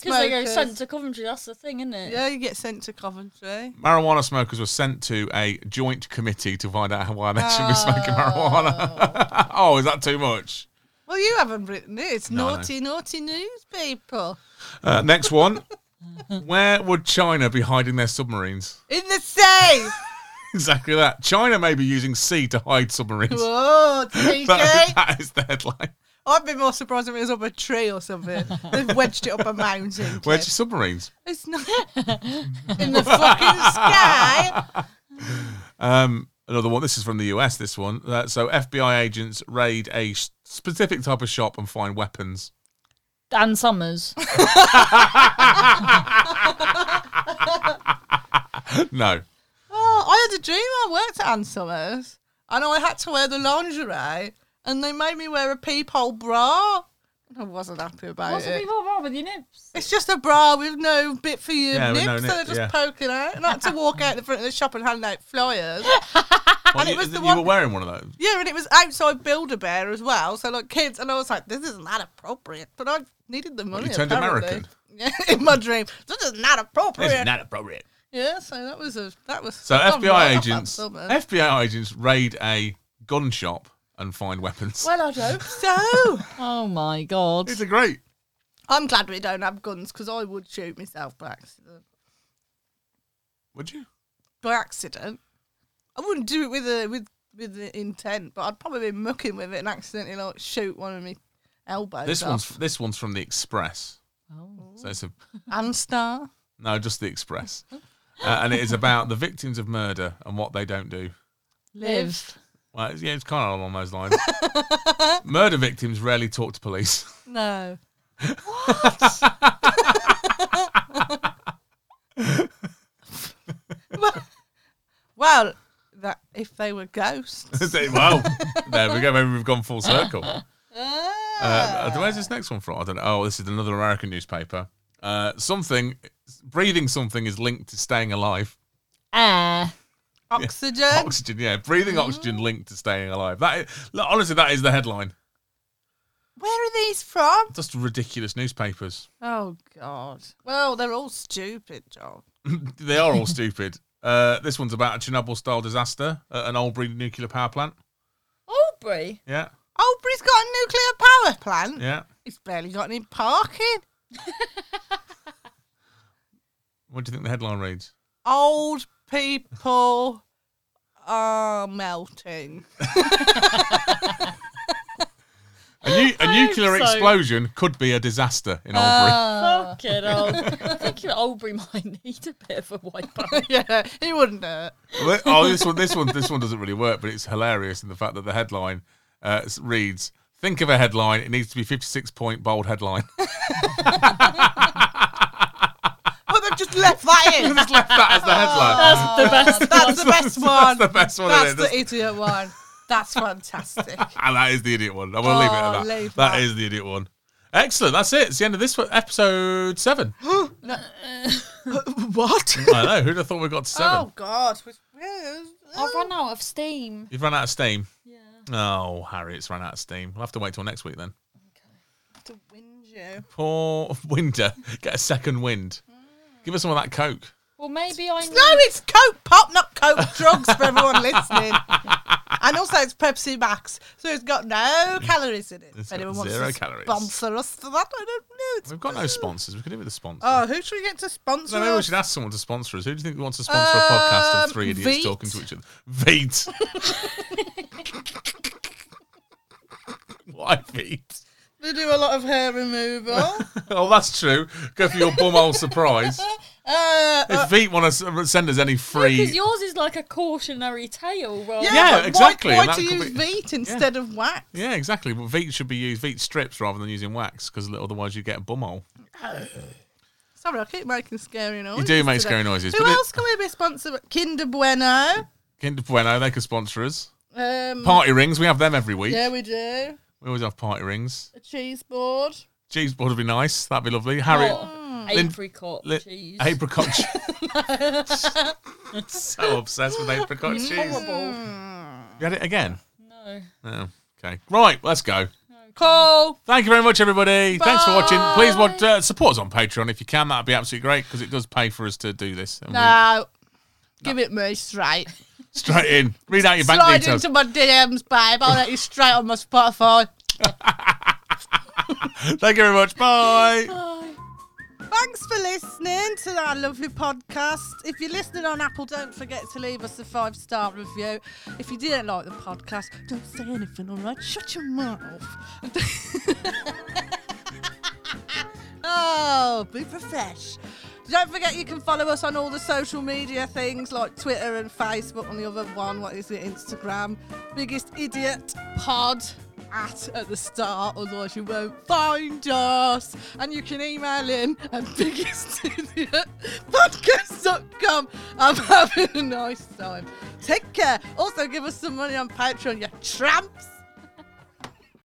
[SPEAKER 4] Because they go
[SPEAKER 5] smokers.
[SPEAKER 4] sent to Coventry, that's the thing, isn't it?
[SPEAKER 5] yeah, you get sent to Coventry.
[SPEAKER 3] marijuana smokers were sent to a joint committee to find out why they should be smoking marijuana. [laughs] oh, is that too much?
[SPEAKER 5] Well, you haven't written it. It's
[SPEAKER 3] No, no.
[SPEAKER 5] naughty, naughty news, people.
[SPEAKER 3] Uh, next
[SPEAKER 4] [laughs]
[SPEAKER 3] one. Where would China be hiding their submarines? [laughs]
[SPEAKER 5] In the sea.
[SPEAKER 3] Exactly that. China may be using sea to hide submarines.
[SPEAKER 5] Whoa, cheeky.
[SPEAKER 3] [laughs] That- that is the headline.
[SPEAKER 5] I'd be more surprised if it was up a tree or something. They've wedged it up
[SPEAKER 3] [laughs]
[SPEAKER 5] a mountain.
[SPEAKER 3] Where's
[SPEAKER 5] cliff.
[SPEAKER 3] your submarines? [laughs]
[SPEAKER 5] It's not in the fucking sky.
[SPEAKER 3] Um, another one. This is from the US. This one. Uh, so FBI agents raid a s- specific type of shop and find weapons. [laughs]
[SPEAKER 4] Dan Summers.
[SPEAKER 5] [laughs]
[SPEAKER 3] no.
[SPEAKER 5] Oh, I had a dream. I worked at Ann Summers and I had to wear the lingerie and they made me wear a peephole bra. I wasn't happy about
[SPEAKER 4] What's the
[SPEAKER 5] it.
[SPEAKER 4] people wrong with your nips?
[SPEAKER 5] It's just a bra with no bit for your
[SPEAKER 3] Yeah, with
[SPEAKER 5] nips,
[SPEAKER 3] no
[SPEAKER 5] so
[SPEAKER 3] nip,
[SPEAKER 5] they're just
[SPEAKER 3] yeah.
[SPEAKER 5] poking out. And I had to walk out the front of the shop and hand out flyers.
[SPEAKER 3] Well, you,
[SPEAKER 5] it was the
[SPEAKER 3] you
[SPEAKER 5] one- Oh,
[SPEAKER 3] were wearing one of those.
[SPEAKER 5] yeah, and it was outside Builder Bear as well. So, like, kids, and I was like, this is not appropriate. But I needed the money.
[SPEAKER 3] you turned
[SPEAKER 5] apparently.
[SPEAKER 3] American?
[SPEAKER 5] Yeah, [laughs] in my dream. This is not appropriate.
[SPEAKER 3] not appropriate.
[SPEAKER 5] yeah, so that was a. that was
[SPEAKER 3] So
[SPEAKER 5] I've
[SPEAKER 3] FBI
[SPEAKER 5] gone right off Ann
[SPEAKER 3] agents,
[SPEAKER 5] Summers.
[SPEAKER 3] FBI agents raid a gun shop and find weapons. [laughs]
[SPEAKER 4] Well, I hope.
[SPEAKER 5] so. [laughs]
[SPEAKER 4] Oh my God.
[SPEAKER 3] It's a great.
[SPEAKER 5] I'm glad we don't have guns because I would shoot myself by accident.
[SPEAKER 3] Would you?
[SPEAKER 5] By accident, I wouldn't do it with a with with the intent, but I'd probably be mucking with it and accidentally like shoot one of my elbows.
[SPEAKER 3] This one's
[SPEAKER 5] off.
[SPEAKER 3] this one's from the Express.
[SPEAKER 5] Oh.
[SPEAKER 3] So it's a
[SPEAKER 5] and star.
[SPEAKER 3] no, just the
[SPEAKER 5] [laughs]
[SPEAKER 3] Express, uh, and it is about the victims of murder and what they don't do.
[SPEAKER 4] Live.
[SPEAKER 3] Well, it's- yeah, it's kind of along those lines. [laughs] murder victims rarely talk to police. [laughs]
[SPEAKER 5] No, what? [laughs] well, that if they
[SPEAKER 3] [laughs]
[SPEAKER 5] were ghosts.
[SPEAKER 3] Say, well, there we go. Maybe we've gone full circle. Uh,
[SPEAKER 5] Ah.
[SPEAKER 3] where's this next one from? I don't know. Oh, this is another American newspaper. Uh, something breathing something is linked to staying alive.
[SPEAKER 4] Air.
[SPEAKER 5] Oxygen.
[SPEAKER 3] Oxygen, yeah, breathing oxygen linked to staying alive. That is, look, honestly, that is the headline.
[SPEAKER 5] Where are these from?
[SPEAKER 3] Just ridiculous newspapers. [laughs]
[SPEAKER 5] Oh God. Well, they're all stupid, John.
[SPEAKER 3] they are all stupid. Uh, this one's about a Chernobyl-style disaster at an old breed nuclear power plant.
[SPEAKER 4] Aubrey.
[SPEAKER 3] Yeah,
[SPEAKER 5] Albury's got a nuclear power plant.
[SPEAKER 3] yeah.
[SPEAKER 5] It's barely got any parking.
[SPEAKER 3] What do you think the headline reads?
[SPEAKER 5] old people are melting. [laughs]
[SPEAKER 3] A, nu- a nuclear
[SPEAKER 4] so.
[SPEAKER 3] explosion could be a disaster in Albury.
[SPEAKER 5] Uh,
[SPEAKER 4] Fuck it all. I think your Aubrey might [laughs] need a bit of a wipe [laughs] out.
[SPEAKER 5] yeah, he wouldn't hurt.
[SPEAKER 3] [laughs] Well, oh, this one, this one, this one doesn't really work, but it's hilarious in the fact that the headline uh, s- reads: "Think of a headline. It needs to be 56 point bold headline." [laughs]
[SPEAKER 5] But they've just left
[SPEAKER 3] [laughs]
[SPEAKER 5] that in.
[SPEAKER 3] Just left that as the headline.
[SPEAKER 4] That's the best
[SPEAKER 5] That's the best one.
[SPEAKER 3] the best one,
[SPEAKER 5] That's
[SPEAKER 3] innit?
[SPEAKER 5] the
[SPEAKER 3] Just-
[SPEAKER 5] idiot one. That's
[SPEAKER 3] [laughs]
[SPEAKER 5] fantastic.
[SPEAKER 3] And that is the idiot one. I'm gonna leave it
[SPEAKER 5] Oh,
[SPEAKER 3] at that.
[SPEAKER 5] leave
[SPEAKER 3] that
[SPEAKER 5] that.
[SPEAKER 3] is the idiot one. Excellent. That's it. It's the end of this one, episode seven.
[SPEAKER 5] what?
[SPEAKER 3] I know. Who'd have thought we got to seven?
[SPEAKER 5] Oh God. Which- yeah,
[SPEAKER 4] I've run out of steam.
[SPEAKER 3] You've run out of steam.
[SPEAKER 4] Yeah.
[SPEAKER 3] Oh, Harriet's run out of steam. We'll have to wait till next week then.
[SPEAKER 5] to wind you.
[SPEAKER 3] Poor [laughs] Winter. Get a second wind. Give us some of that Coke.
[SPEAKER 4] Well, maybe I
[SPEAKER 5] No, it's Coke Pop, not Coke Drugs for everyone listening. And also, it's Pepsi Max, so it's got no calories in it.
[SPEAKER 3] It's
[SPEAKER 5] if anyone
[SPEAKER 3] got
[SPEAKER 5] wants
[SPEAKER 3] zero
[SPEAKER 5] to
[SPEAKER 3] calories.
[SPEAKER 5] sponsor us for that, I don't know. It's
[SPEAKER 3] We've got no sponsors. We could do with a sponsor.
[SPEAKER 5] Oh, who should we get to sponsor?
[SPEAKER 3] So maybe we
[SPEAKER 5] us?
[SPEAKER 3] should ask someone to sponsor us. Who do you think wants to sponsor a podcast of
[SPEAKER 5] Um,
[SPEAKER 3] three idiots
[SPEAKER 5] Veet.
[SPEAKER 3] talking to each other?
[SPEAKER 5] [laughs]
[SPEAKER 3] Veet. Why Veet?
[SPEAKER 5] They do a lot of hair removal. Uh,
[SPEAKER 3] Oh, that's true. Go for your bumhole surprise.
[SPEAKER 5] Uh, uh,
[SPEAKER 3] If Veep want to send us any
[SPEAKER 4] Because
[SPEAKER 3] free,
[SPEAKER 4] yours is like a cautionary tale, right?
[SPEAKER 5] yeah,
[SPEAKER 3] Yeah,
[SPEAKER 5] but
[SPEAKER 3] exactly,
[SPEAKER 5] Why,
[SPEAKER 3] and
[SPEAKER 5] why
[SPEAKER 3] that
[SPEAKER 5] do you
[SPEAKER 3] could
[SPEAKER 5] use
[SPEAKER 3] be-
[SPEAKER 5] Veet instead of wax?
[SPEAKER 3] yeah, exactly. But Veep should be used Veet strips rather than using wax because otherwise you get a bumhole.
[SPEAKER 5] Sorry, I keep making scary noises.
[SPEAKER 3] do make
[SPEAKER 5] today.
[SPEAKER 3] scary noises,
[SPEAKER 5] Who
[SPEAKER 3] but it-
[SPEAKER 5] else can we be sponsored? by? Kinder Bueno.
[SPEAKER 3] Kinder Bueno, they could sponsor us.
[SPEAKER 5] Um,
[SPEAKER 3] Party rings, we have them every week.
[SPEAKER 5] yeah, we do.
[SPEAKER 3] We always have party rings.
[SPEAKER 5] A cheese board.
[SPEAKER 3] Cheese board would be nice. That'd be lovely. Harry,
[SPEAKER 4] Oh, apricot
[SPEAKER 3] Li-
[SPEAKER 4] cheese.
[SPEAKER 3] apricot cheese. so obsessed with apricot cheese. You
[SPEAKER 4] Horrible.
[SPEAKER 3] had it again?
[SPEAKER 4] No.
[SPEAKER 3] No. Okay. Right, let's go.
[SPEAKER 5] Cool.
[SPEAKER 3] Thank you very much, everybody. Thanks for watching. Please watch, uh, support us on Patreon if you can. That'd be absolutely great because it does pay for us to do this. And we-
[SPEAKER 5] No. Give it me straight.
[SPEAKER 3] straight in. Read out your bank
[SPEAKER 5] Slide
[SPEAKER 3] details.
[SPEAKER 5] into my DMs, babe. I'll let you straight on my Spotify.
[SPEAKER 3] Thank you very much. Bye.
[SPEAKER 5] Thanks for listening to our lovely podcast. If you're listening on Apple, don't forget to leave us a five star review. If you didn't like the podcast, don't say anything, all right? Shut your mouth. [laughs] oh, be profesh. Don't forget you can follow us on all the social media things like Twitter and Facebook and the other one. What is it? Instagram. Biggest idiot pod at at the start, otherwise you won't find us. And you can email in at [laughs] biggest idiot podcast.com. I'm having a nice time. Take care. Also give us some money on Patreon, you tramps.